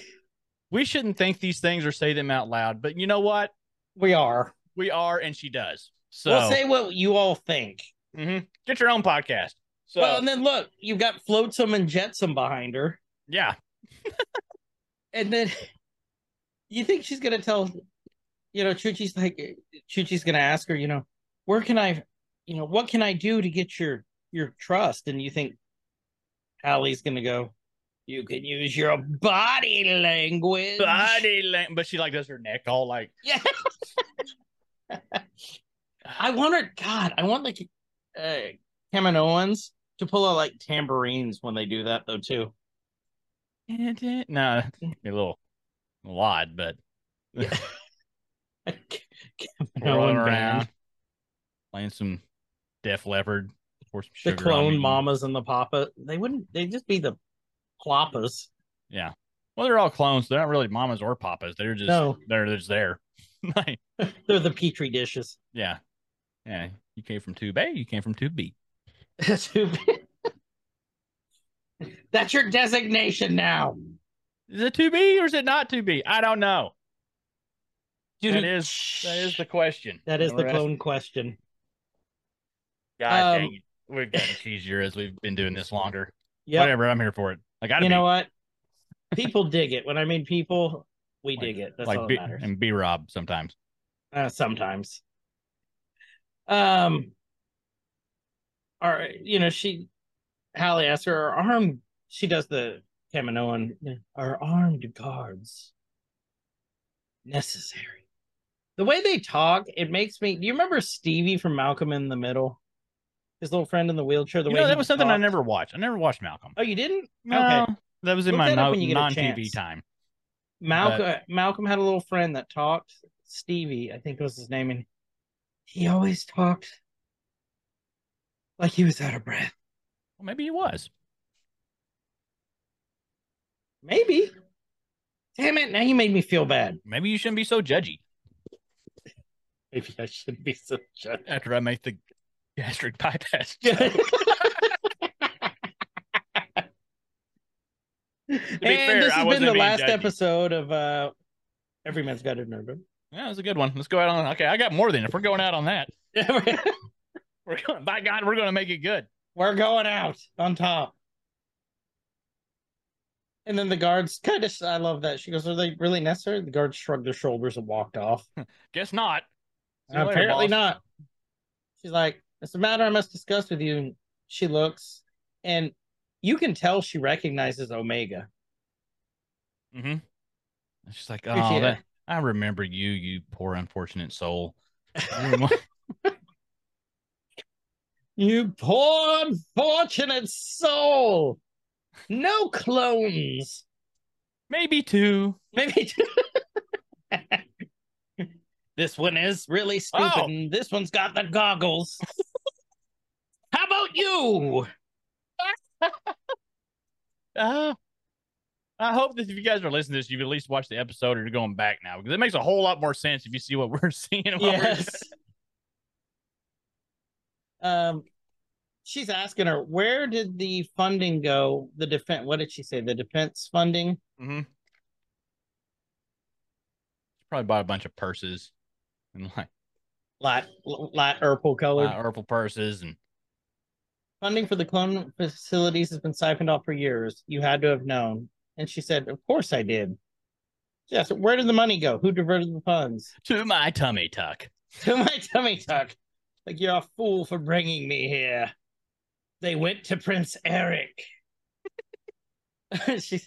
B: we shouldn't think these things or say them out loud, but you know what?
C: we are.
B: We are, and she does. So
C: We'll say what you all think.
B: mhm. get your own podcast. So
C: well, and then look, you've got Floatsum and Jetsam behind her.
B: yeah,
C: And then you think she's gonna tell you know, Chuchi's like Chuchi's gonna ask her, you know, where can I you know, what can I do to get your your trust? And you think Hallie's gonna go, You can use your body language.
B: body lang- but she like does her neck all like
C: Yeah. I want her God, I want like uh Cameron Owens to pull out like tambourines when they do that though too.
B: no, nah, a little odd, but rolling
C: Owen band.
B: around, playing some Def Leppard, pour some
C: the
B: sugar. on
C: clone
B: me.
C: mamas and the papa they wouldn't they'd just be the ploppas
B: Yeah. Well, they're all clones. They're not really mamas or papas. They're just
C: No.
B: they're just there. Like,
C: they're the petri dishes
B: yeah, yeah. You came from tube A. You came from tube B.
C: That's who- that's your designation now
B: Is it tube B or is it not tube B? I don't know. That
C: Dude,
B: is that is the question.
C: that is the
B: We're asking-
C: clone question
B: God
C: Um,
B: dang it. We've gotten cheesier as we've been doing this longer.
C: yeah
B: Whatever. I'm here for it. I got
C: you know what people dig it when i mean people we
B: Like-
C: dig it that's all
B: like
C: that
B: B-
C: matters
B: and B Rob sometimes.
C: uh, sometimes um or you know she hallie asks her "Are armed she does the Kaminoan are armed guards necessary the way they talk it makes me do you remember stevie from malcolm in the middle his little friend in the wheelchair the
B: You
C: way
B: know,
C: he
B: that was something I
C: talked?
B: never watched. I never watched Malcolm.
C: oh you didn't
B: No, that was in
C: Look
B: my
C: that up
B: no,
C: when you get a
B: non TV
C: chance.
B: time.
C: Malcolm Malcolm had a little friend that talked Stevie, I think was his name, and he always talked like he was out of breath.
B: Well, maybe he was.
C: Maybe. Damn it! Now you made me feel bad.
B: Maybe you shouldn't be so judgy
C: Maybe I should be so shut.
B: after I make the gastric bypass.
C: and
B: fair,
C: this has
B: I
C: been
B: wasn't
C: the
B: being
C: last
B: judgy.
C: episode of uh, Every Man's Got a Nerd.
B: Yeah, that was a good one. Let's go out on. Okay, I got more than if we're going out on that. We're going. By God, we're going to make it good.
C: We're going out on top. And then the guards kind of, I love that. She goes, Are they really necessary? The guards shrugged their shoulders and walked off.
B: Guess not. See you later,
C: Apparently
B: boss.
C: not. She's like, It's a matter I must discuss with you. And she looks, and you can tell she recognizes Omega.
B: Mhm. It's just like,
C: she
B: oh,
C: is.
B: that, I remember you, you poor unfortunate soul. You remi-
C: You poor, unfortunate soul. No clones.
B: maybe two.
C: Maybe. this one is really stupid.
B: Oh.
C: And this one's got the goggles. How about you?
B: Uh, I hope that if you guys are listening to this, you've at least watched the episode or you're going back now because it makes a whole lot more sense if you see what we're seeing. and what we're doing.
C: Yes. um, she's asking her where did the funding go? The defense. What did she say? The defense funding.
B: Mm-hmm. Probably bought a bunch of purses and like
C: Light, light purple color.
B: uh, purple purses and
C: Funding for the clone facilities has been siphoned off for years. You had to have known. And she said, Of course I did. Yes, where did the money go? Who diverted the funds?
B: To my tummy tuck.
C: To my tummy tuck. Like, you're a fool for bringing me here. They went to Prince Eric. she,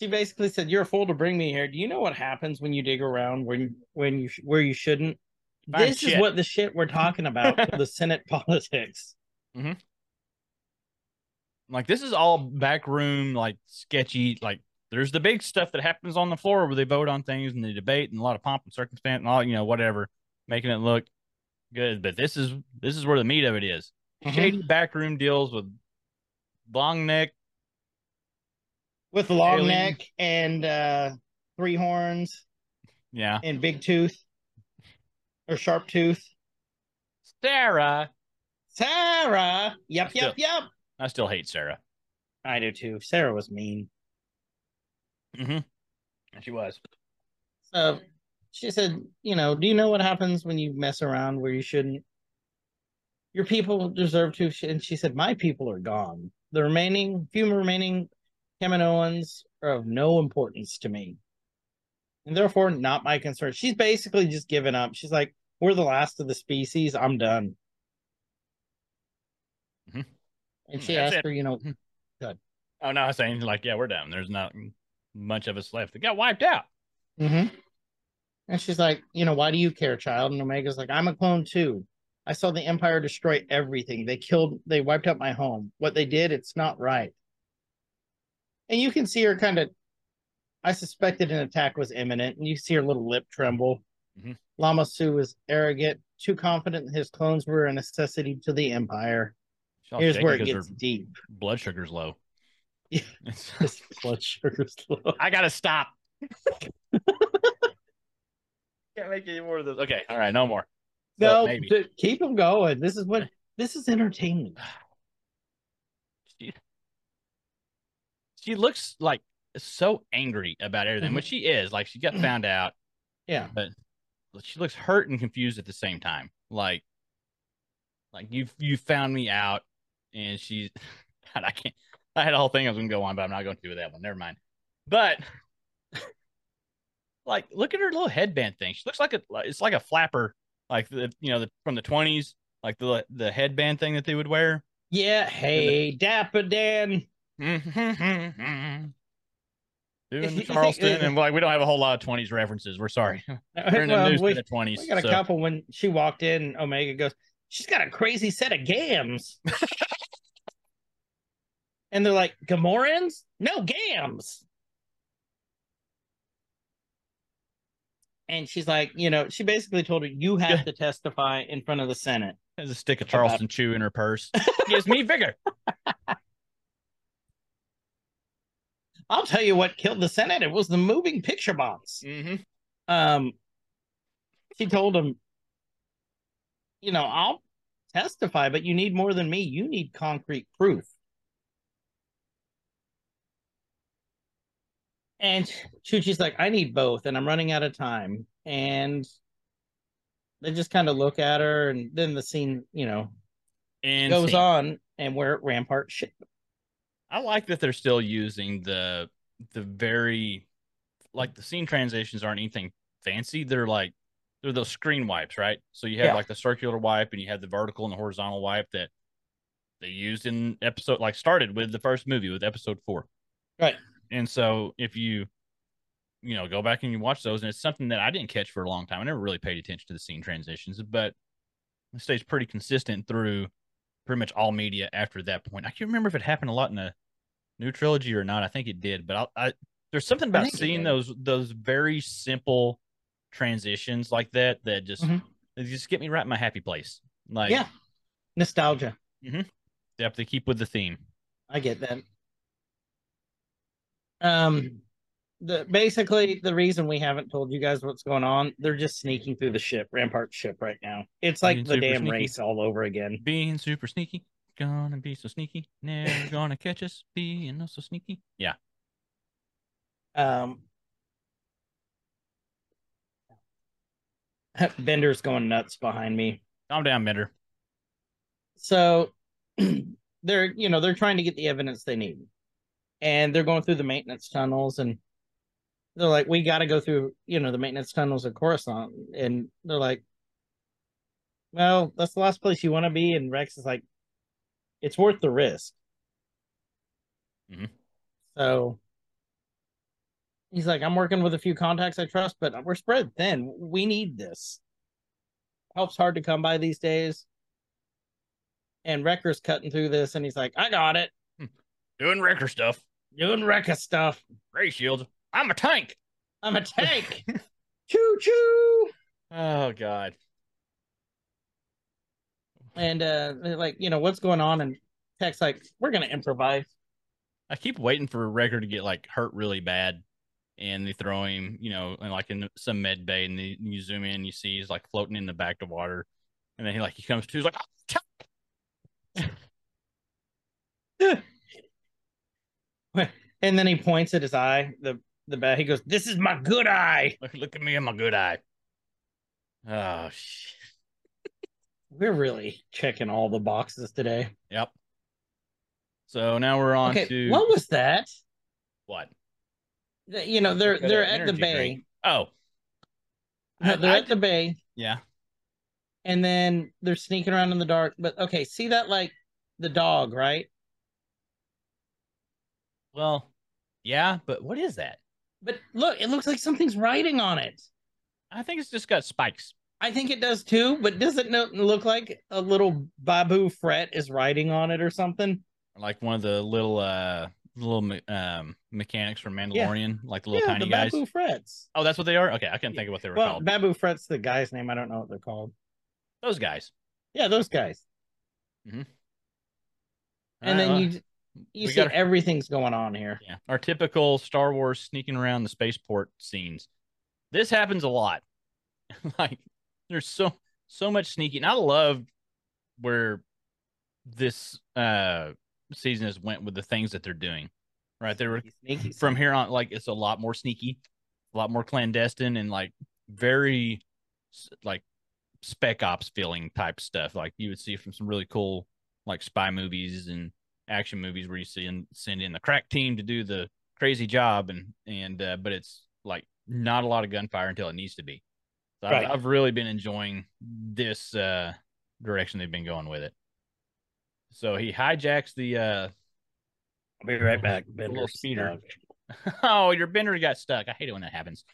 C: she basically said, You're a fool to bring me here. Do you know what happens when you dig around when, when you, where you shouldn't?
B: Fine
C: this is
B: shit.
C: what the shit we're talking about for the Senate politics.
B: Like this is all backroom, like sketchy. Like there's the big stuff that happens on the floor where they vote on things and they debate and a lot of pomp and circumstance and all you know whatever, making it look good. But this is this is where the meat of it is. Shady backroom deals with long neck
C: With a long
B: Alien.
C: neck and uh, three horns
B: Yeah.
C: and big tooth or sharp tooth.
B: Sarah.
C: Sarah. Yep,
B: That's
C: yep,
B: it.
C: yep.
B: I still hate Sarah.
C: I do too. Sarah was mean.
B: Mm-hmm. She was.
C: So she said, you know, do you know what happens when you mess around where you shouldn't? Your people deserve to. And she said, my people are gone. The remaining, few remaining Kaminoans are of no importance to me. And therefore, not my concern. She's basically just given up. She's like, we're the last of the species. I'm done.
B: Mhm.
C: And she
B: That's
C: asked
B: it.
C: her, you know,
B: Oh no, I was saying like, yeah, we're done. There's not much of us left. They got wiped out.
C: hmm And she's like, you know, why do you care, child? And Omega's like, I'm a clone too. I saw the Empire destroy everything. They killed, they wiped out my home. What they did, it's not right. And you can see her kind of, I suspected an attack was imminent. And you see her little lip tremble.
B: Mhm.
C: Lama Su is arrogant, too confident that his clones were a necessity to the Empire.
B: She's all
C: Here's
B: shaky
C: where it
B: Oh, 'cause
C: gets
B: her
C: deep.
B: blood sugar's low.
C: Yeah.
B: It's-
C: His blood sugar's low.
B: I gotta stop. Can't make any more of those. Okay, all right, no more.
C: No,
B: maybe.
C: d- keep him going. This is what, this is entertainment.
B: She, she looks like so angry about everything,
C: Mhm.
B: which she is. Like she got found out.
C: Yeah.
B: but she looks hurt and confused at the same time. Like, like you you found me out, and she's God, I can't. I had a whole thing I was gonna go on, but I'm not going to with that one. Never mind. But like, look at her little headband thing. She looks like a like- it's like a flapper, like the you know the from the 20s, like the the headband thing that they would wear.
C: Yeah, hey, Dapper Dan.
B: Doing
C: you think-
B: Charleston, and like we don't have a whole lot of 20s references. We're sorry. We're in the
C: Well,
B: news
C: we,
B: for the 20s.
C: we got a
B: so-
C: couple when she walked in. Omega goes, She's got a crazy set of gams. and they're like, Gamorans? No gams. And she's like, You know, she basically told her, You have
B: Yeah.
C: to testify in front of the Senate.
B: Has a stick of
C: About-
B: Charleston chew in her purse. Gives me vigor.
C: I'll tell you what killed the Senate. It was the moving picture bombs.
B: Mm-hmm.
C: um she told him you know i'll testify but you need more than me you need concrete proof and chuchi's like i need both and i'm running out of time and they just kind of look at her and then the scene you know
B: And
C: goes
B: see,
C: on and we're at rampart ship
B: I like that they're still using the the very like the scene transitions aren't anything fancy. They're like they're those screen wipes, right? So you have
C: Yeah.
B: like the circular wipe and you have the vertical and the horizontal wipe that they used in episode like started with the first movie with episode four.
C: Right.
B: And so if you you know go back and you watch those and it's something that I didn't catch for a long time. I never really paid attention to the scene transitions, but it stays pretty consistent through pretty much all media after that point. I can't remember if it happened a lot in the new trilogy or not. I think it did, but I, I there's something about
C: think it
B: seeing
C: did.
B: those those very simple transitions like that that just
C: Mhm.
B: they just get me right in my happy place. Like
C: yeah nostalgia
B: they have to keep with the theme.
C: I get that. Um, the basically the reason we haven't told you guys what's going on, they're just sneaking through the ship, Rampart ship right now. It's like
B: Being
C: the
B: super
C: damn
B: sneaky.
C: race all over again.
B: Being super sneaky, gonna be so sneaky, never gonna catch us. Being oh so sneaky, yeah.
C: Um, Bender's going nuts behind me.
B: Calm down, Bender.
C: so they're you know they're trying to get the evidence they need and they're going through the maintenance tunnels and they're like, we got to go through, you know, the maintenance tunnels of Coruscant. And they're like, well, that's the last place you want to be. And Rex is like, it's worth the risk.
B: Mhm.
C: So he's like, I'm working with a few contacts I trust, but we're spread thin. We need this. Help's hard to come by these days. And Wrecker's cutting through this and he's like, I got it.
B: Doing wrecker stuff.
C: Doing Wrecker stuff.
B: Ray shields. I'm a tank.
C: I'm a tank. choo choo.
B: Oh God.
C: And uh they're like, you know, what's going on? And Tech's like, we're gonna improvise.
B: I keep waiting for Wrecker to get like hurt really bad, and they throw him, you know, in, like in some med bay, and then you zoom in, you see he's like floating in the back of water, and then he like he comes to, he's like, "Oh,
C: And then he points at his eye, the the bat. He goes, This is my good eye.
B: look, look at me in my good eye. Oh shit.
C: We're really checking all the boxes today.
B: Yep. So now we're on
C: okay,
B: to
C: what was that?
B: what?
C: Th- You know, they're
B: Okay,
C: they're
B: that
C: at the
B: energy
C: bay.
B: drink. Oh.
C: No,
B: I-
C: they're
B: I-
C: at the bay,
B: yeah.
C: and then they're sneaking around in the dark. But okay, see that like the dog, right?
B: Well, yeah, but what is that?
C: But look, it looks like something's writing on it.
B: I think it's just got spikes.
C: I think it does too, but doesn't it look like a little Babu fret is riding on it or something?
B: like one of the little uh little me- um mechanics from Mandalorian, like the little
C: yeah,
B: tiny
C: the
B: guys.
C: Babu frets.
B: Oh, that's what they are. Okay, I couldn't think of what they were
C: Well,
B: called.
C: Babu fret's the guy's name. I don't know what they're called.
B: Those guys.
C: Yeah, those guys. And
B: All right,
C: then
B: well,
C: you you
B: we
C: see
B: gotta-
C: everything's going on here.
B: Uh, yeah, our typical Star Wars sneaking around the spaceport scenes. This happens a lot. like there's so so much sneaking. I love where this uh season has went with the things that they're doing. Right, they were
C: Sneaky,
B: from here on like it's a lot more sneaky a lot more clandestine and like very s- like spec ops feeling type stuff like you would see from some really cool like spy movies and action movies where you see and send in the crack team to do the crazy job and and uh, but it's like not a lot of gunfire until it needs to be so
C: Right.
B: I've, I've really been enjoying this uh direction they've been going with it so he hijacks the uh
C: I'll be right back.
B: little speeder. oh, your bender got stuck. I hate it when that happens.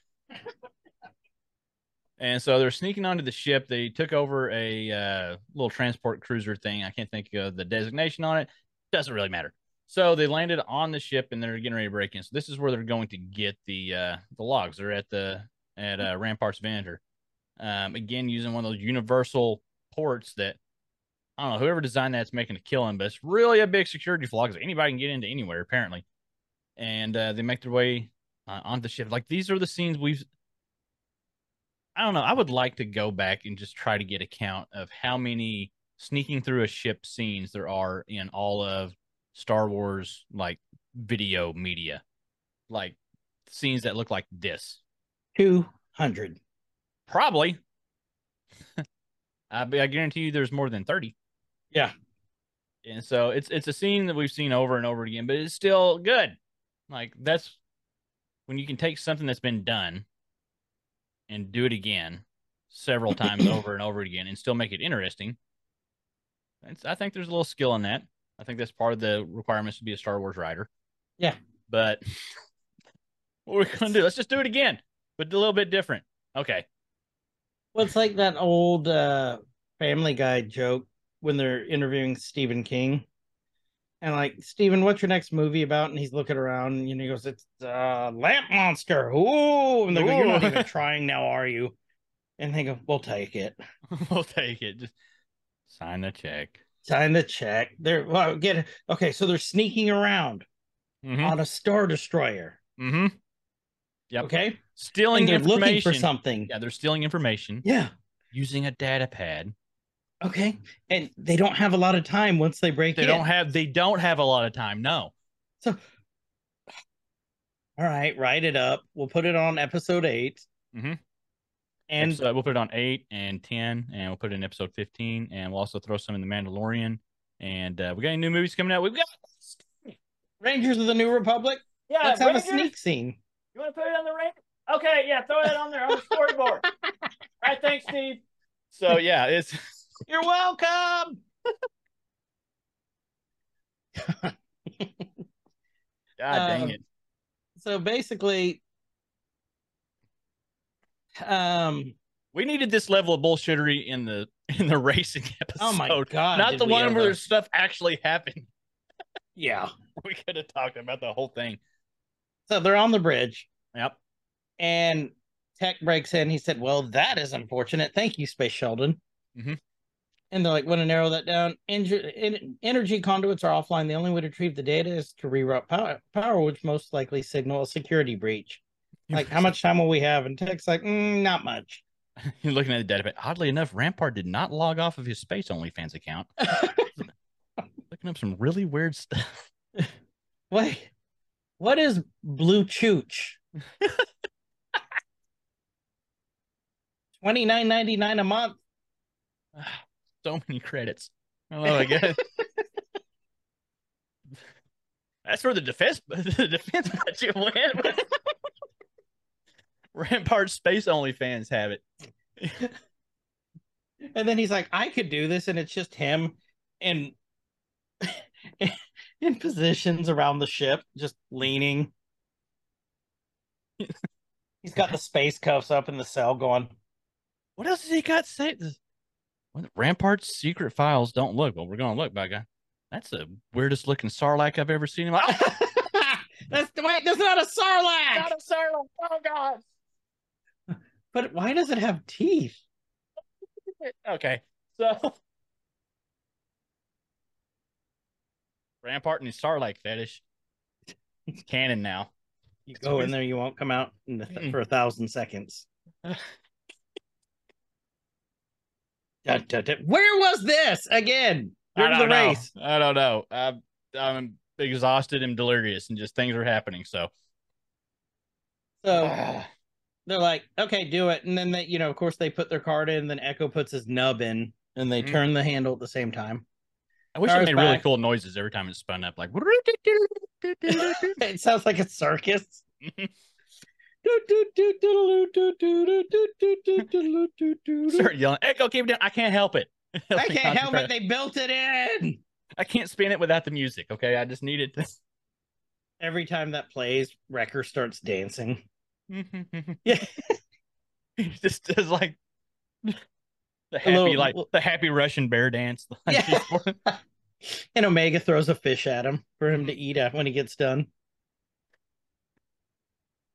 B: and so they're sneaking onto the ship. They took over a uh, little transport cruiser thing. I can't think of the designation on it. Doesn't really matter. So they landed on the ship and they're getting ready to break in. So this is where they're going to get the uh, the logs. They're at the at uh, Ramparts Venator. Um, again, using one of those universal ports that I don't know whoever designed that's making a killing, but it's really a big security flaw because anybody can get into anywhere apparently and uh, they make their way uh, onto the ship. Like these are the scenes we've. I don't know. I would like to go back and just try to get a count of how many sneaking through a ship scenes there are in all of Star Wars like video media, like scenes that look like this.
C: Two hundred.
B: Probably. I, I guarantee you, there's more than thirty.
C: Yeah.
B: And so it's it's a scene that we've seen over and over again, but it's still good. Like that's when you can take something that's been done and do it again several times over and over again and still make it interesting. It's, I think there's a little skill in that. I think that's part of the requirements to be a Star Wars writer.
C: Yeah.
B: But what are we gonna do? Let's just do it again, but a little bit different. Okay.
C: Well, it's like that old uh, Family Guy joke when they're interviewing Stephen King, and like Stephen, what's your next movie about? And he's looking around, and you know, he goes, "It's uh, Lamp Monster." Ooh, and they go, "You're not
B: Ooh.
C: even trying now, are you?" And they go, "We'll take it.
B: we'll take it. Just sign the check.
C: Sign the check." They're well, get it. okay. So they're sneaking around
B: Mm-hmm.
C: on a star destroyer.
B: mm-hmm. Yep.
C: Okay,
B: Stealing
C: and they're
B: information.
C: looking for something.
B: Yeah, they're stealing information
C: yeah.
B: using a data pad.
C: Okay. And they don't have a lot of time once they break
B: They
C: in.
B: don't have. They don't have a lot of time. No.
C: All right, write it up. We'll put it on episode 8
B: Mhm.
C: And
B: Episode- we'll put it on eight and ten, and we'll put it in episode fifteen, and we'll also throw some in the Mandalorian. And uh, we got any new movies coming out? We've got
C: Rangers of the New Republic.
D: Yeah,
C: Let's have
D: Rangers,
C: a sneak scene.
D: You want to put it on the ring? Okay, yeah, throw that on there on the storyboard. All right, thanks, Steve.
B: So yeah, it's
C: You're welcome.
B: god dang
C: Um,
B: it.
C: So basically, um,
B: We needed this level of bullshittery in the in the racing episode.
C: oh my god,
B: Not
C: did
B: the
C: we
B: one where
C: ever-
B: there's stuff actually happened.
C: yeah.
B: We could have talked about the whole thing.
C: So they're on the bridge,
B: Yep.
C: and Tech breaks in. He said, "Well, that is unfortunate. Thank you, Space Sheldon."
B: Mhm.
C: And they're like, "Want to narrow that down? Inju- en- energy conduits are offline. The only way to retrieve the data is to reroute power, power which most likely signal a security breach." Like, how much time will we have? And Tech's like, "Mm, "Not much."
B: You're looking at the database. Oddly enough, Rampart did not log off of his Space OnlyFans account. looking up some really weird stuff.
C: What? What is blue chooch? Twenty nine ninety nine a month.
B: so many credits. Oh my god. That's where the defense the defense budget went. Rampart Space OnlyFans have it.
C: And then he's like, I could do this, and it's just him in in positions around the ship, just leaning. he's got the space cuffs up in the cell going.
B: What else has he got saved? When Rampart's secret files don't look. Well, we're gonna look, by guy. That's the weirdest looking sarlacc I've ever seen in my
C: that's the way that's not a sarlacc.
D: Not a Sarlacc. Oh God.
C: but why does it have teeth?
B: Okay. So Rampart and his Starlight fetish. It's canon now.
C: You go in there, you won't come out in the
B: Mm-mm.
C: for a thousand seconds. Dun, dun, dun. Where was this again? Where
B: I
C: the
B: don't know.
C: race?
B: I don't know. I'm, I'm exhausted and delirious, and just things are happening. So Oh.
C: So they're like, okay, do it. And then they, you know, of course, they put their card in. Then Echo puts his nub in, and they
B: Mhm.
C: turn the handle at the same time.
B: I wish
C: Cars
B: it made really
C: back.
B: cool noises every time it spun up, like
C: it sounds like a circus.
B: Mhm.
C: I
B: start yelling, "Echo, keep it down! I can't help it. Like,
C: can't help it.
B: concentrate.
C: They built it in.
B: I can't spin it without the music. Okay, I just need it." To...
C: Every time that plays, Wrecker starts dancing.
B: yeah, It just does like the happy,
C: little-
B: like the happy Russian bear dance.
C: Yeah. Um,
B: Just-
C: And Omega throws a fish at him for him to eat at when he gets done.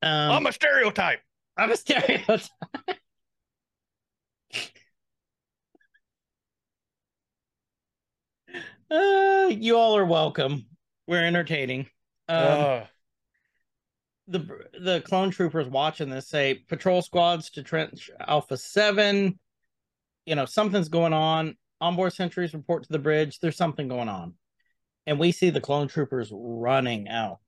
C: Um,
B: I'm a stereotype.
C: I'm a stereotype. uh, you all are welcome. We're entertaining. Um,
B: Ugh.
C: the the clone troopers watching this say patrol squads to trench Alpha Seven. You know something's going on. Onboard sentries report to the bridge. There's something going on, and we see the clone troopers running out.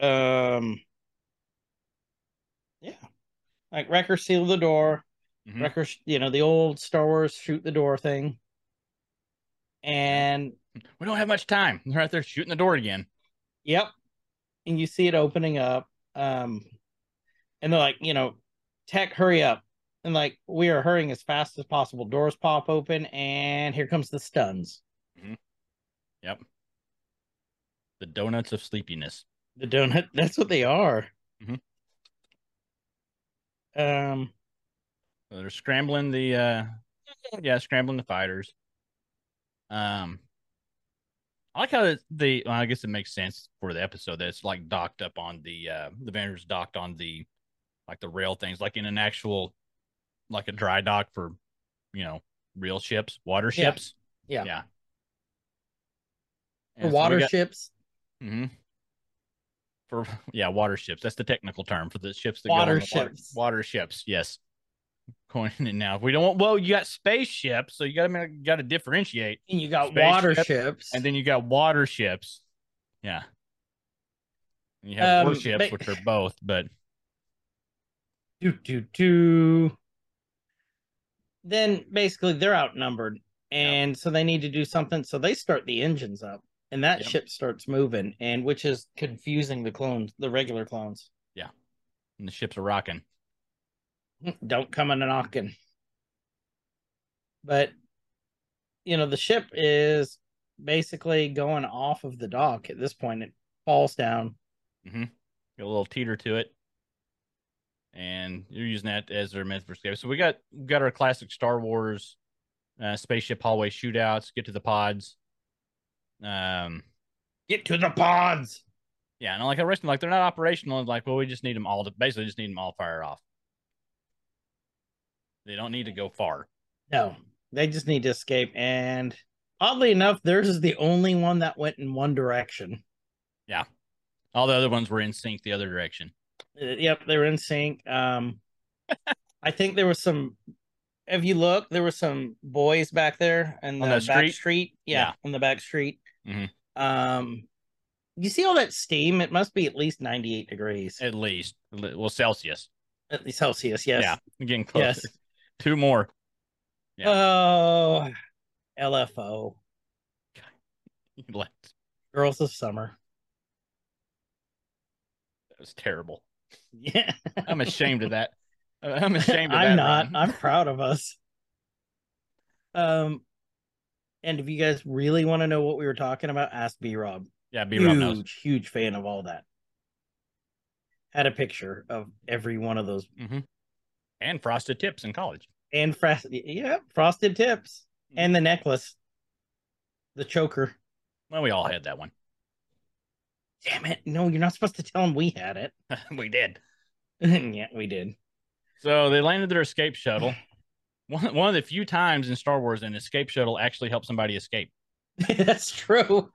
C: Um. Yeah, like Wrecker seal the door.
B: Mhm.
C: Wrecker, sh- you know the old Star Wars shoot the door thing. And
B: We don't have much time. They're out there shooting the door again.
C: Yep. And you see it opening up. Um, and they're like, you know, tech, hurry up. And like, we are hurrying as fast as possible. Doors pop open, and here comes the stuns,
B: The donuts of sleepiness.
C: the donut. That's what they are.
B: Mhm.
C: Um,
B: So they're scrambling the uh yeah, scrambling the fighters. Um I like how it's the well, I guess it makes sense for the episode that it's like docked up on the uh the Vander's docked on the like the rail things, like in an actual like a dry dock for you know, real ships, water
C: Yeah.
B: ships.
C: Yeah.
B: Yeah.
C: the water ships,
B: hmm For yeah, water ships. That's the technical term for the ships that
C: Water
B: go on the water,
C: ships.
B: water ships. Yes. Coin it now. If we don't want, well, you got space ships, so you got to got to differentiate,
C: and you got
B: Spaceship,
C: water ships.
B: and then you got water ships. Yeah. And you have
C: Um,
B: war ships,
C: but-
B: which are both, but
C: do do do. Then basically, they're outnumbered. and so they need to do something. So they start the engines up, and that
B: Yep.
C: ship starts moving, and which is confusing the clones, the regular clones.
B: and the ships are rocking.
C: Don't come in knocking. But you know, the ship is basically going off of the dock at this point. It falls down.
B: Mm-hmm. Got a little teeter to it, and you're using that as their method for escape. So we got we got our classic Star Wars uh, spaceship hallway shootouts. Get to the pods. Um,
C: Get to the pods.
B: yeah, and like I rest like they're not operational. Like, well, we just need them all to basically just need them all fired off. They don't need to go far.
C: No, they just need to escape. And oddly enough, theirs is the only one that went in one direction.
B: All the other ones were in sync the other direction.
C: Uh, Yep, they were in sync. Um, I think there was some. If you look, there were some boys back there in the,
B: On the
C: back
B: street?
C: street. Yeah,
B: Yeah.
C: on the back street.
B: Mhm.
C: Um, you see all that steam? It must be at least ninety-eight degrees.
B: At least, well, Celsius.
C: At least Celsius. Yes.
B: Yeah, I'm getting close.
C: Yes.
B: Two more. Yeah.
C: Oh, LFO,
B: left.
C: Girls of Summer.
B: That was terrible.
C: Yeah.
B: I'm ashamed of that. I'm ashamed of that.
C: I'm not.
B: Ron.
C: I'm proud of us. Um, and if you guys really want to know what we were talking about, ask B Rob.
B: yeah, B Rob knows.
C: Huge, huge fan of all that. Had a picture of every one of those
B: And frosted tips in college.
C: and frost, yeah, frosted tips and the necklace, the choker.
B: Well, we all had that one.
C: Damn it! No, you're not supposed to tell him we had it.
B: we did.
C: yeah, we did.
B: So they landed their escape shuttle. One, one of the few times in Star Wars an escape shuttle actually helped somebody escape.
C: That's true.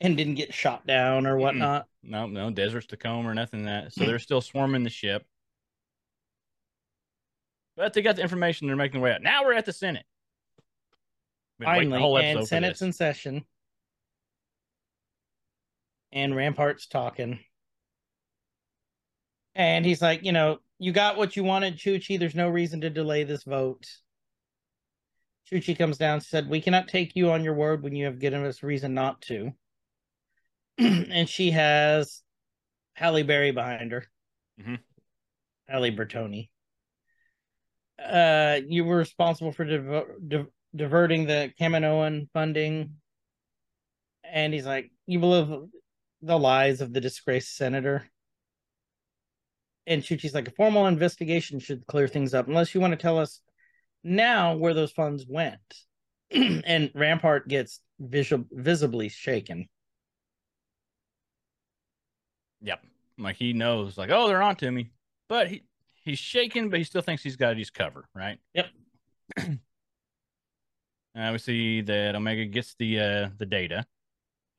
C: And didn't get shot down or whatnot.
B: No, no, deserts to comb or nothing like that. So they're still swarming the ship. But they got the information. They're making their way out. Now we're at the Senate. Been waiting the
C: Finally,
B: whole episode
C: and
B: for
C: Senate's
B: this.
C: in session. And Rampart's talking. And he's like, you know, you got what you wanted, Chuchi. There's no reason to delay this vote. Chuchi comes down and said, We cannot take you on your word when you have given us reason not to. and she has Halle Berry behind her.
B: Mhm.
C: Halle Bertoni. Uh, you were responsible for devo- de- diverting the Kaminoan funding. And he's like, You believe the lies of the disgraced senator. And Chuchi's like, A formal investigation should clear things up, unless you want to tell us now where those funds went. and Rampart gets visual- visibly shaken.
B: Yep. Like he knows, like, oh, they're on to me. But he he's shaking, but he still thinks he's got his cover, right?
C: Yep.
B: uh, we see that Omega gets the uh the data.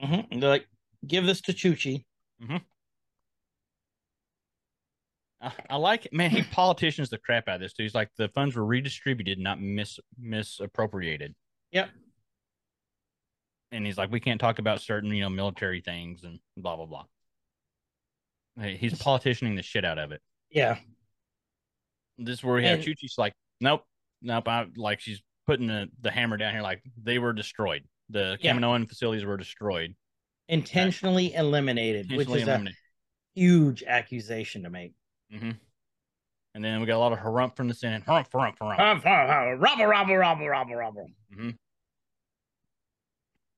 C: Mhm. And they're like, Give this to Chuchi.
B: I, I like it. Man, he politicians the crap out of this too. He's like the funds were redistributed, not mis misappropriated.
C: Yep.
B: And he's like, we can't talk about certain, you know, military things and blah blah blah. Hey, He's politicianing the shit out of it.
C: Yeah.
B: This is where we have
C: And-
B: Chuchi's like, nope, nope. I like she's putting the, the hammer down here. Like they were destroyed. The
C: Yeah.
B: Kaminoan facilities were destroyed.
C: Intentionally eliminated,
B: Intentionally
C: which is
B: eliminated.
C: a huge accusation to make.
B: hmm And then we got a lot of harump from the Senate. Harump, harump, harump.
C: Ruffle, ruffle, ruffle, ruffle, ruffle.
B: Mhm.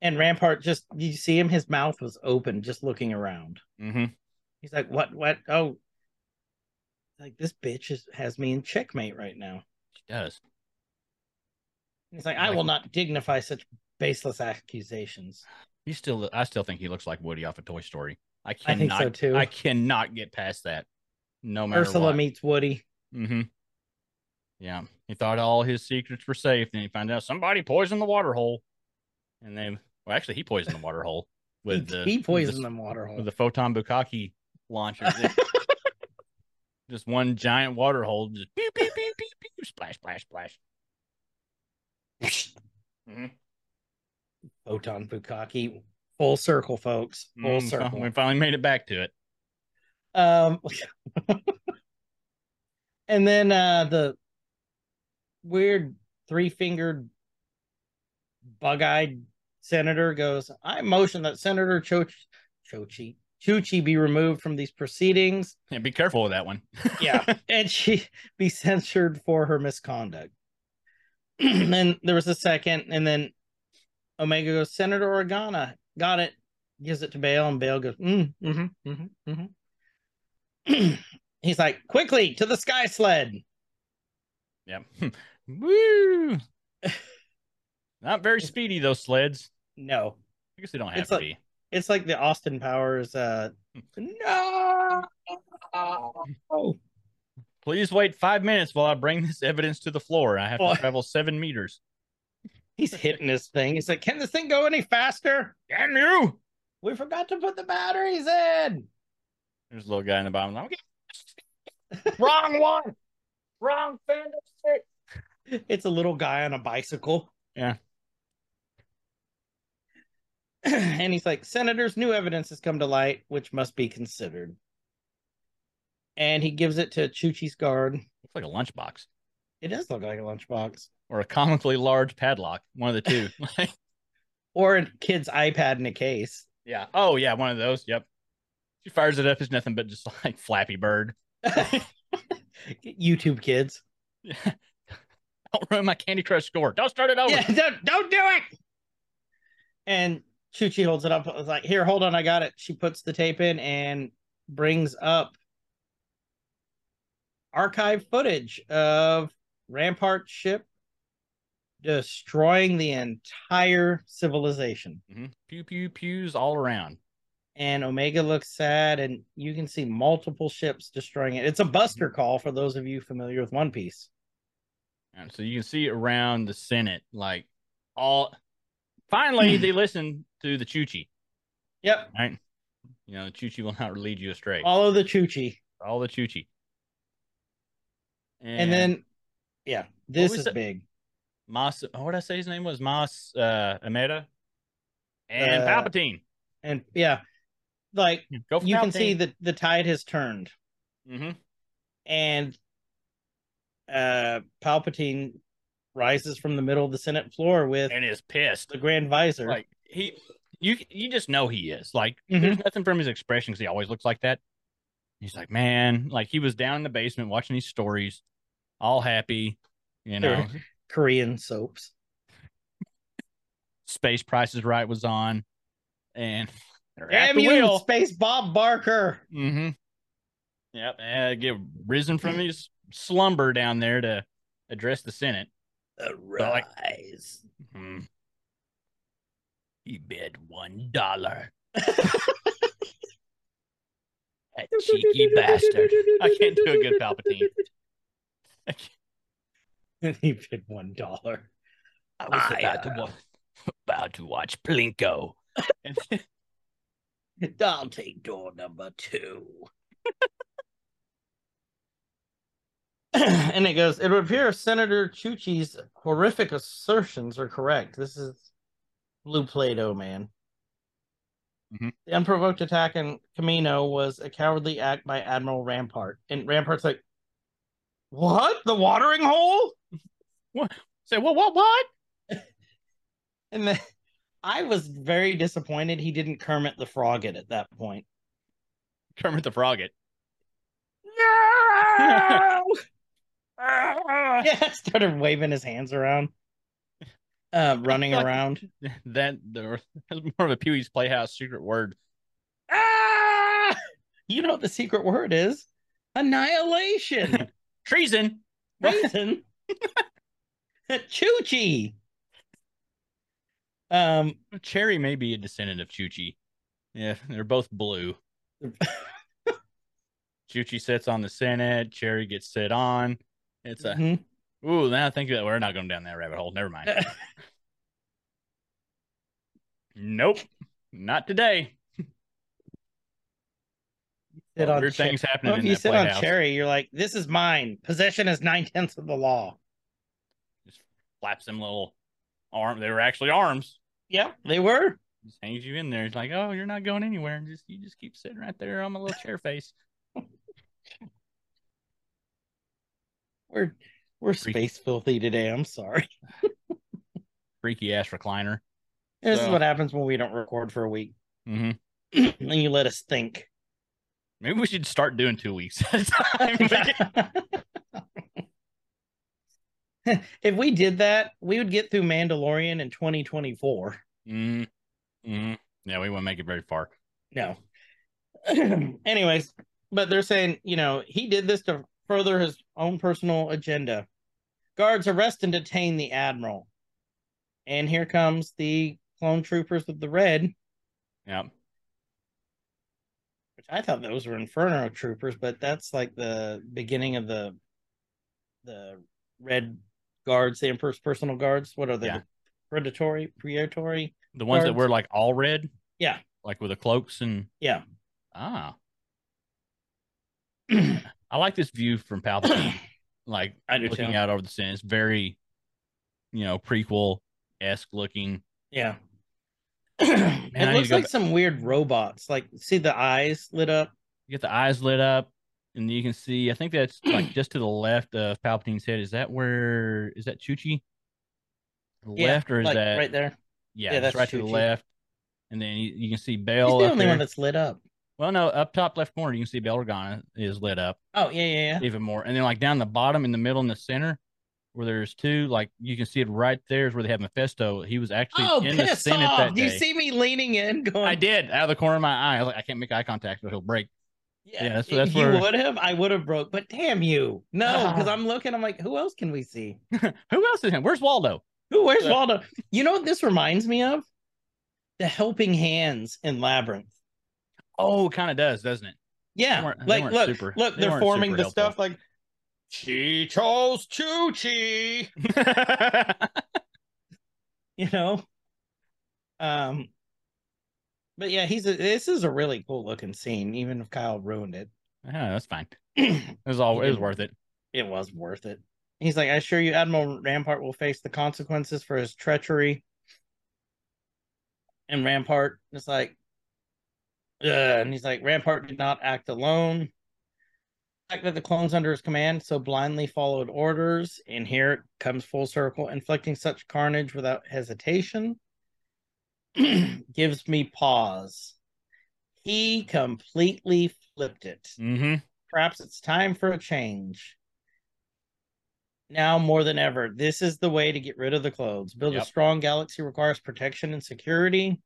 C: And Rampart just you see him, his mouth was open, just looking around.
B: hmm
C: He's like, What what oh like this bitch is, has me in checkmate right now.
B: She does.
C: He's like, I
B: Like-
C: will not dignify such baseless accusations.
B: He still. I still think he looks like Woody off of Toy Story. I
C: I think
B: cannot.
C: so too.
B: I cannot get past that. No matter
C: Ursula
B: what.
C: meets Woody.
B: Mm-hmm. Yeah, he thought all his secrets were safe. Then he found out somebody poisoned the water hole, and then well, actually, he poisoned the water hole with
C: he,
B: the
C: he
B: with
C: poisoned
B: the,
C: them water hole.
B: with the photon bukkake launcher. just one giant water hole, just pew, pew, pew, pew, pew, splash, splash, splash. Mhm.
C: Photon Bukaki. Full circle, folks. Full
B: Mm, so
C: circle.
B: We finally made it back to it.
C: Um, and then uh, the weird three fingered, bug eyed senator goes, I motion that Senator Chochi, Chochi, Chuchi be removed from these proceedings.
B: Yeah, be careful with that one.
C: Yeah. and she be censured for her misconduct. then there was a second, and then Omega goes, Senator Organa, got it, gives it to Bale, and Bale goes, mm, mm-hmm, mm-hmm, mm-hmm. He's like, quickly to the sky sled.
B: Yeah. Woo. Not very speedy those sleds.
C: No,
B: I guess they don't have
C: It's
B: to
C: like-
B: be.
C: it's like the Austin Powers. Uh, no.
B: Uh, Please wait five minutes while I bring this evidence to the floor. I have
C: Well-
B: to travel seven meters.
C: He's hitting his thing. He's like, can this thing go any faster?
B: Damn you!
C: We forgot to put the batteries in.
B: There's a little guy in the bottom. Okay.
D: Wrong one. Wrong fender stick.
C: It's a little guy on a bicycle.
B: Yeah.
C: and he's like, Senators, new evidence has come to light, which must be considered. And he gives it to Chuchi's guard.
B: Looks like a lunchbox
C: It does look like a lunchbox
B: or a comically large padlock. One of the two. Like,
C: or a kid's iPad in a case.
B: yeah. Oh, yeah. One of those. Yep. She fires it up. It's nothing but just like Flappy Bird.
C: YouTube kids.
B: don't ruin my Candy Crush score. Don't start it over.
C: Yeah, don't, don't do it. And Chuchi holds it up. I was like, here, hold on, I got it. She puts the tape in and brings up archive footage of Rampart ship destroying the entire civilization.
B: Mhm. Pew pew pews all around.
C: And Omega looks sad, and you can see multiple ships destroying it. It's a buster call for those of you familiar with One Piece.
B: And so you can see around the Senate, like all. Finally, they listen to the Chuchi.
C: Yep,
B: You know, the Chuchi will not lead you astray. All,
C: follow the Chuchi.
B: the Chuchi.
C: And then, yeah, this
B: was
C: is
B: the-
C: big.
B: Mas, oh, what would I say his name was? Mas uh, Ameta and
C: Uh,
B: Palpatine.
C: and yeah like
B: Go for
C: you can see that the tide has turned
B: hmm
C: and uh palpatine rises from the middle of the senate floor with
B: and is pissed.
C: the grand visor
B: Like he, you, you just know he is. Like
C: Mhm.
B: there's nothing from his expression because he always looks like that. He's like, man, like he was down in the basement watching these stories, all happy, you know.
C: korean soaps
B: Space Prices Right was on, and they're at
C: damn
B: the
C: you
B: wheel.
C: space bob barker
B: Mm-hmm. Yep, and get risen from his slumber down there to address the Senate. like-
C: arise
B: Mhm. He bid one dollar. that cheeky bastard. I can't do a good Palpatine.
C: and he bid one dollar
B: I
C: was
D: uh,
C: about to
B: wa- about to watch Plinko. And then-
C: i'll take door number two and it goes it would appear senator chuchi's horrific assertions are correct this is blue play-doh man
B: Mhm.
C: the unprovoked attack in camino was a cowardly act by admiral rampart and rampart's like what the watering hole
B: say, what, what, what?
C: and then i was very disappointed he didn't kermit the frog it at that point
B: Kermit the Frog it.
C: yeah started waving his hands around uh running
B: Like-
C: around
B: That the, that's more of a Pee Wee's Playhouse secret word.
C: Ah! You know what the secret word is? Annihilation.
B: Treason.
C: Reason. Chuchi. Um,
B: Cherry may be a descendant of Chuchi. Yeah, they're both blue. Chuchi sits on the Senate. Cherry gets sit on. It's a
C: mhm.
B: ooh. Now I think that we're not going down that rabbit hole. Never mind. nope, not today.
C: Sit on
B: Weird
C: Cher-
B: things happening
C: Well, if
B: in
C: you
B: that
C: sit
B: playhouse.
C: on Cherry, you're like, this is mine. Possession is nine tenths of the law.
B: Just flaps them little arm. They were actually arms.
C: Yep, they were.
B: Just hangs you in there. It's like, oh, you're not going anywhere. Just you just keep sitting right there on my little chair face.
C: We're We're
B: Freak.
C: space filthy today. I'm sorry.
B: Freaky ass recliner.
C: This is
B: So-
C: what happens when we don't record for a week.
B: Mm-hmm.
C: and you let us think.
B: Maybe we should start doing two weeks at a time.
C: if we did that, we would get through Mandalorian in 2024.
B: mm mm Yeah, we won't make it very far.
C: No. Anyways, but they're saying, you know, he did this to further his own personal agenda. Guards arrest and detain the admiral. And here comes the clone troopers with the red, which
B: Yeah.
C: I thought those were inferno troopers, but that's like the beginning of the the red guards, the emperor's personal guards. What are they?
B: Yeah.
C: Predatory, predatory.
B: The ones that
C: Guards.
B: were like all red.
C: Yeah.
B: Like with the cloaks and
C: Yeah.
B: ah. I like this view from Palpatine. like
C: I do
B: looking
C: too.
B: out over the scene. It's very, you know, prequel esque looking.
C: Yeah.
B: I
C: it
B: need to
C: looks
B: go
C: like
B: back.
C: some weird robots. Like, see the eyes lit up.
B: You get the eyes lit up, and you can see. I think that's like just to the left of Palpatine's head. Is that where? Is that Chuchi? To the
C: Yeah,
B: left, or is
C: like,
B: that
C: right there?
B: Yeah,
C: Yeah, that's
B: that's right to the
C: Chuchi.
B: left. And then you, you can see
C: He's
B: Bell.
C: the
B: up
C: only
B: there.
C: one that's lit up.
B: Well, no, up top left corner, you can see Bell Organa is lit up
C: Oh yeah, yeah, yeah.
B: even more. And then, like down the bottom, in the middle, in the center, where there's two, like you can see it right there is where they have Mephisto. He was actually
C: Oh,
B: in the
C: piss
B: Senate
C: off!
B: that
C: Do you
B: day.
C: see me leaning in, going?
B: I did out of the corner of my eye. I was like, I can't make eye contact, or he'll break.
C: Yeah,
B: Yeah, that's-
C: if
B: that's
C: you
B: where-
C: would have. I would have broke, but damn you, no, because
B: Ah.
C: I'm looking. I'm like, who else can we see?
B: Who else is him? Where's Waldo?
C: Who? Where's
B: Yeah.
C: Waldo? You know what this reminds me of? The Helping Hands in Labyrinth.
B: Oh, kind of does, doesn't it? They
C: Yeah,
B: weren't- they
C: like
B: weren't
C: look,
B: super-
C: look,
B: they
C: they are
B: weren't
C: forming
B: super
C: the
B: helpful.
C: stuff like. She chose Choo you know um but yeah he's a, this is a really cool looking scene even if kyle ruined it
B: yeah, that's fine.
C: it
B: It was all.
C: He
B: It was
C: didn't.
B: worth it.
C: was worth it he's like i assure you admiral rampart will face the consequences for his treachery and rampart is like Ugh. and he's like rampart did not act alone the fact that the clones under his command so blindly followed orders and here it comes full circle inflicting such carnage without hesitation gives me pause. He completely flipped it.
B: Mm-hmm.
C: Perhaps it's time for a change. Now more than ever, this is the way to get rid of the clothes. Build
B: Yep.
C: a strong galaxy requires protection and security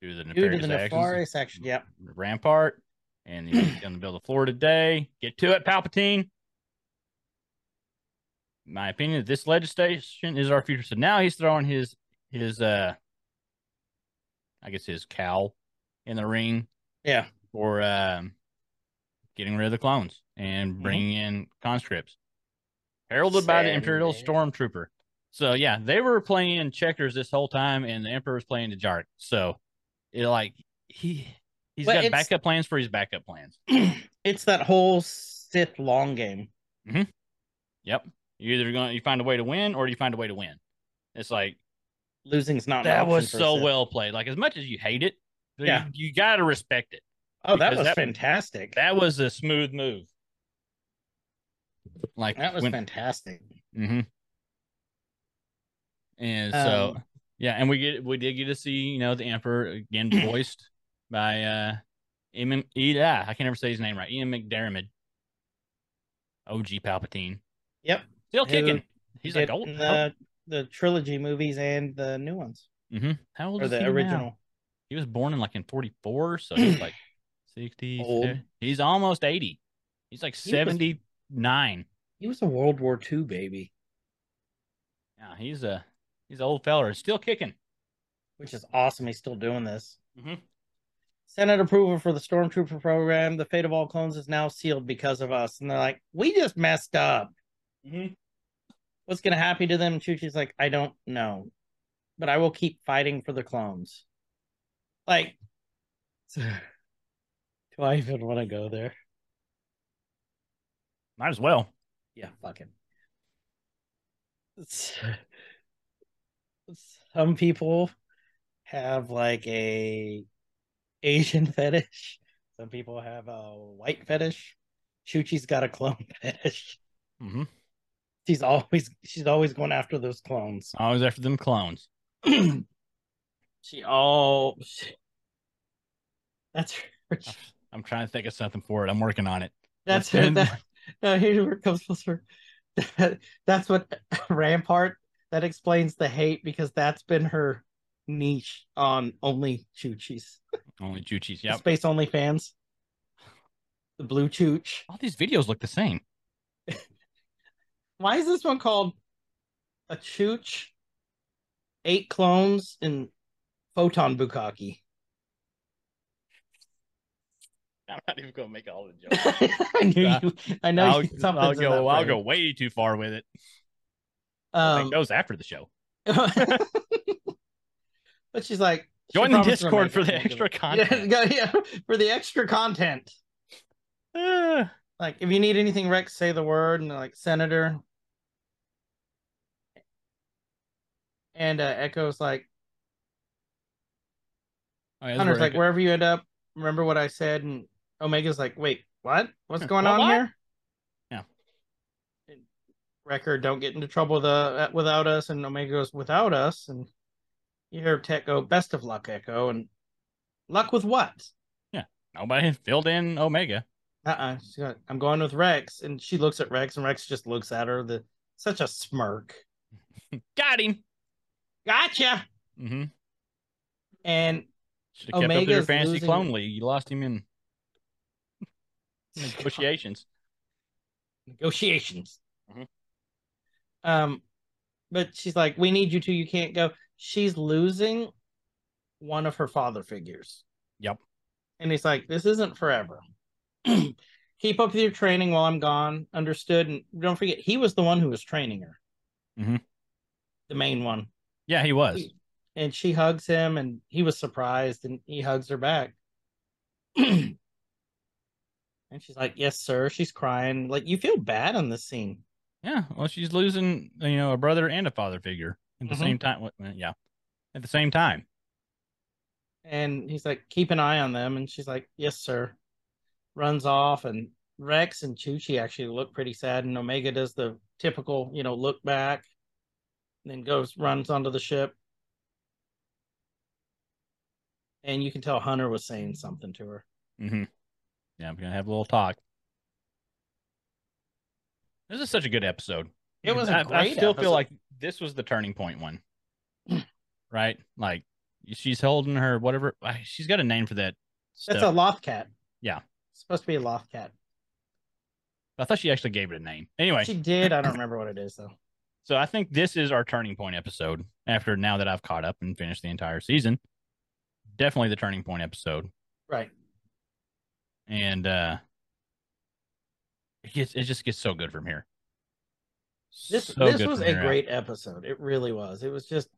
B: Due to the
C: due
B: nefarious,
C: to the
B: actions.
C: nefarious action. Yep.
B: Rampart and he's going to build the floor today. Get to it, Palpatine. My opinion, this legislation is our future. So now he's throwing his his uh, I guess his cowl in the ring
C: Yeah.
B: for um, getting rid of the clones and bringing in conscripts, heralded by the Imperial
C: Saturday.
B: Stormtrooper. So yeah, they were playing checkers this whole time, and the Emperor was playing the Jark. So it like he he's
C: But
B: got
C: it's-
B: backup plans for his backup plans.
C: it's that whole Sith long game.
B: Yep. You either going to you find a way to win or you find a way to win. It's like
C: Losing's not an
B: that
C: option
B: was
C: for a
B: so
C: Sith.
B: well played. Like as much as you hate it, you-
C: Yeah.
B: you, gotta respect it.
C: Oh, that
B: because
C: was
B: that-
C: fantastic. That,
B: That was a smooth move. Like
C: was
B: when-
C: fantastic.
B: Mm-hmm. And so,
C: Um,
B: yeah, and we get we did get to see you know the emperor again voiced by uh, M. Yeah, I can never say his name right. Ian McDermid, OG Palpatine.
C: Yep.
B: still
C: Who
B: kicking. He's like oh,
C: Did
B: old.
C: in
B: How,
C: the, the trilogy movies and the new ones.
B: Mhm. How old
C: or
B: is he
C: the
B: now?
C: original.
B: He was born in like in forty four, so he's like sixty.
C: Old.
B: 70. He's almost eighty. He's like
C: He was-
B: seventy nine.
C: He was a World War II baby,
B: Yeah, he's a he's an old feller. He's still kicking.
C: which is awesome. He's still doing this.
B: Mhm.
C: Senate approval for the Stormtrooper program. The fate of all clones is now sealed because of us. And they're like, we just messed up.
B: Mhm.
C: What's going to happen to them? Chuchi's like, I don't know, but I will keep fighting for the clones. Like, do I even want to go there?
B: Might as well.
C: Yeah, fucking. Some people have like a Asian fetish. Some people have a white fetish. Chuchi's got a clone fetish.
B: hmm
C: She's always she's always going after those clones.
B: Always after them clones.
C: she all she- that's her,
B: I'm trying to think of something for it. I'm working on it.
C: that's her,
B: been-
C: that, no, here's where it comes full circle. That, that's what Rampart that explains the hate because that's been her niche on only Chuchis.
B: Only Juchis.
C: Yeah,
B: Yep.
C: Space only fans. The blue chooch.
B: All these videos look the same.
C: Why is this one called a chooch? Eight clones and photon bukkake.
B: I'm not even gonna make all the jokes.
C: I knew
B: Uh,
C: you. I know
B: I'll,
C: you, something's
B: I'll
C: in that
B: go. I'll
C: brain.
B: go way too far with it. I'll
C: Um,
B: make those after the show.
C: but she's like, she
B: Join the
C: promised her
B: Discord for
C: makeup
B: the
C: and
B: extra
C: make it.
B: content.
C: Yeah, yeah, for the extra content.
B: Ah.
C: Like, if you need anything, Rex, say the word, and like Senator. And uh, Echo's like,
B: Oh, yeah, this is
C: Hunter's
B: where
C: like,
B: Echo-
C: wherever you end up, remember what I said. And Omega's like, wait, what? What's
B: Yeah,
C: going
B: Hmm,
C: on
B: what, what?
C: here?
B: Yeah.
C: And Wrecker, don't get into trouble with, uh, without us. And Omega goes, without us. And you hear Tech go, best of luck, Echo. And luck with what?
B: nobody filled in Omega.
C: Uh-uh. She's like, I'm going with Rex. And she looks at Rex, and Rex just looks at her. The such a smirk.
B: Got him.
C: Gotcha.
B: Mm-hmm.
C: And
B: Should have kept up with your
C: Omega's
B: fantasy
C: losing-
B: clone league. You lost him in negotiations.
C: negotiations.
B: Mhm.
C: Um, but she's like, "We need you to. You can't go." She's losing one of her father figures.
B: Yep.
C: And he's like, "This isn't forever. Keep up with your training while I'm gone. Understood? And don't forget, he was the one who was training her,
B: Mhm.
C: the main one.
B: Yeah, he was.
C: And she hugs him, and he was surprised, and he hugs her back. and she's like, "Yes, sir." She's crying. Like you feel bad on this scene.
B: Yeah. Well, she's losing, you know, a brother and a father figure at the
C: Mhm.
B: same time. Well, Yeah. At the same time.
C: and he's like, keep an eye on them. And she's like, yes, sir. Runs off, and Rex and Chuchi actually look pretty sad. And Omega does the typical, you know, look back, and then goes, runs onto the ship. And you can tell Hunter was saying something to her.
B: Mm-hmm. Yeah, I'm gonna have a little talk. This is such a good episode.
C: It was a
B: I- I
C: great
B: still
C: episode.
B: feel like this was the turning point one, right? Like she's holding her whatever. I- She's got a name for that.
C: That's
B: stuff.
C: a loth cat.
B: Yeah.
C: It's supposed to be a loth cat.
B: I thought she actually gave it a name. Anyway,
C: She did. I don't remember what it is though.
B: so I think this is our turning point episode. After now that I've caught up and finished the entire season, definitely the turning point episode.
C: Right.
B: and uh it gets it just gets so good from here.
C: This
B: So
C: this
B: good
C: was
B: from
C: a
B: here out.
C: great episode. It really was. It was just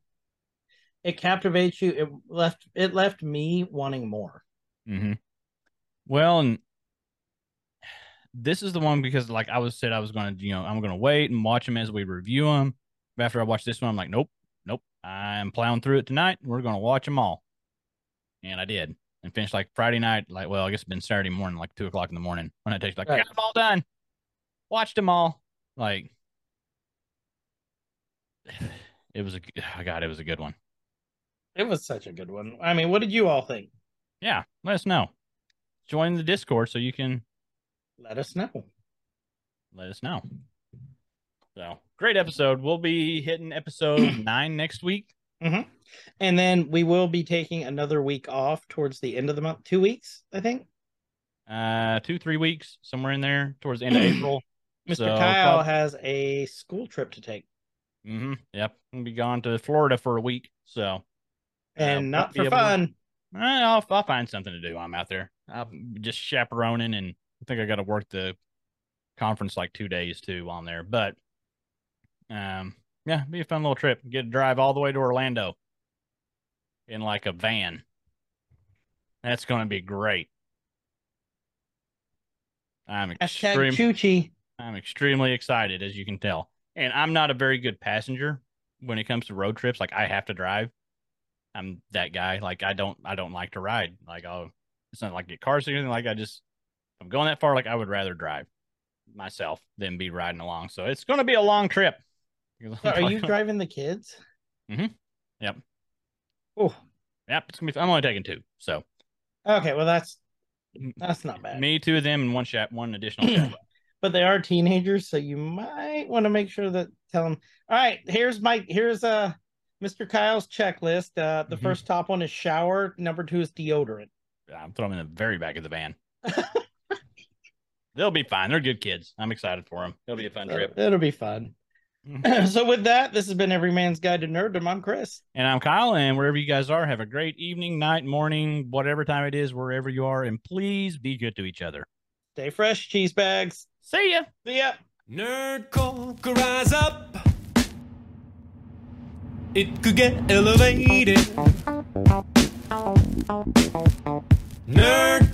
C: it captivates you. It left it left me wanting more.
B: Mhm. Well, and this is the one because like I was said I was gonna you know I'm gonna wait and watch them as we review them. But after I watch this one, I'm like, nope, nope. I'm plowing through it tonight. and We're gonna watch them all, and I did. And finished like Friday night, like well, I guess it's been Saturday morning, like two o'clock in the morning when I text like,
C: Right.
B: got them all done, watched them all. Like, it was a g- oh, god, it was a good one.
C: It was such a good one. I mean, what did you all think?
B: Yeah, let us know. Join the Discord so you can
C: Let us know.
B: let us know. So great episode. We'll be hitting episode nine next week.
C: Mm-hmm. And then we will be taking another week off towards the end of the month. Two weeks, I think.
B: Uh two, three weeks, somewhere in there towards the end of April.
C: Mr.
B: So,
C: Kyle
B: prob-
C: has a school trip to take.
B: Mm-hmm. Yep. We'll be gone to Florida for a week. So
C: And
B: won't
C: not
B: be
C: for
B: able to-
C: fun.
B: eh, I'll I'll find something to do. while I'm out there. I'm just chaperoning and I think I gotta work the conference like two days too while I'm there. But um yeah, be a fun little trip. Get to drive all the way to Orlando in like a van. That's gonna be great. I'm
C: Hashtag
B: extremely
C: Chuchi.
B: I'm extremely excited, as you can tell. And I'm not a very good passenger when it comes to road trips. Like I have to drive. I'm that guy. Like I don't I don't like to ride. Like I'll it's not like get cars or anything. Like I just if I'm going that far, like I would rather drive. myself than be riding along. So it's going to be a long trip.
C: So are you driving the kids?
B: Mhm. Yep.
C: Oh,
B: Yep, it's gonna be. I'm only taking two, so
C: okay. Well, that's that's not bad.
B: me, two of them, and one shot, one additional shot.
C: but they are teenagers, so you might want to make sure that tell them. All right, here's my here's uh Mr. Kyle's checklist. Uh the
B: Mhm.
C: first top one is shower, number two is deodorant.
B: I'm throwing them in the very back of the van. They'll be fine. They're good kids. I'm excited for mhm. them. It'll be a fun
C: So
B: trip.
C: it'll be fun. so with that, this has been Every Man's Guide to Nerddom. I'm Chris.
B: And I'm Kyle, and wherever you guys are, have a great evening, night, morning, whatever time it is, wherever you are, and please be good to each other.
C: Stay fresh, cheese bags.
B: See ya.
C: See ya.
A: Nerdcore could rise up. It could get elevated. Nerdcore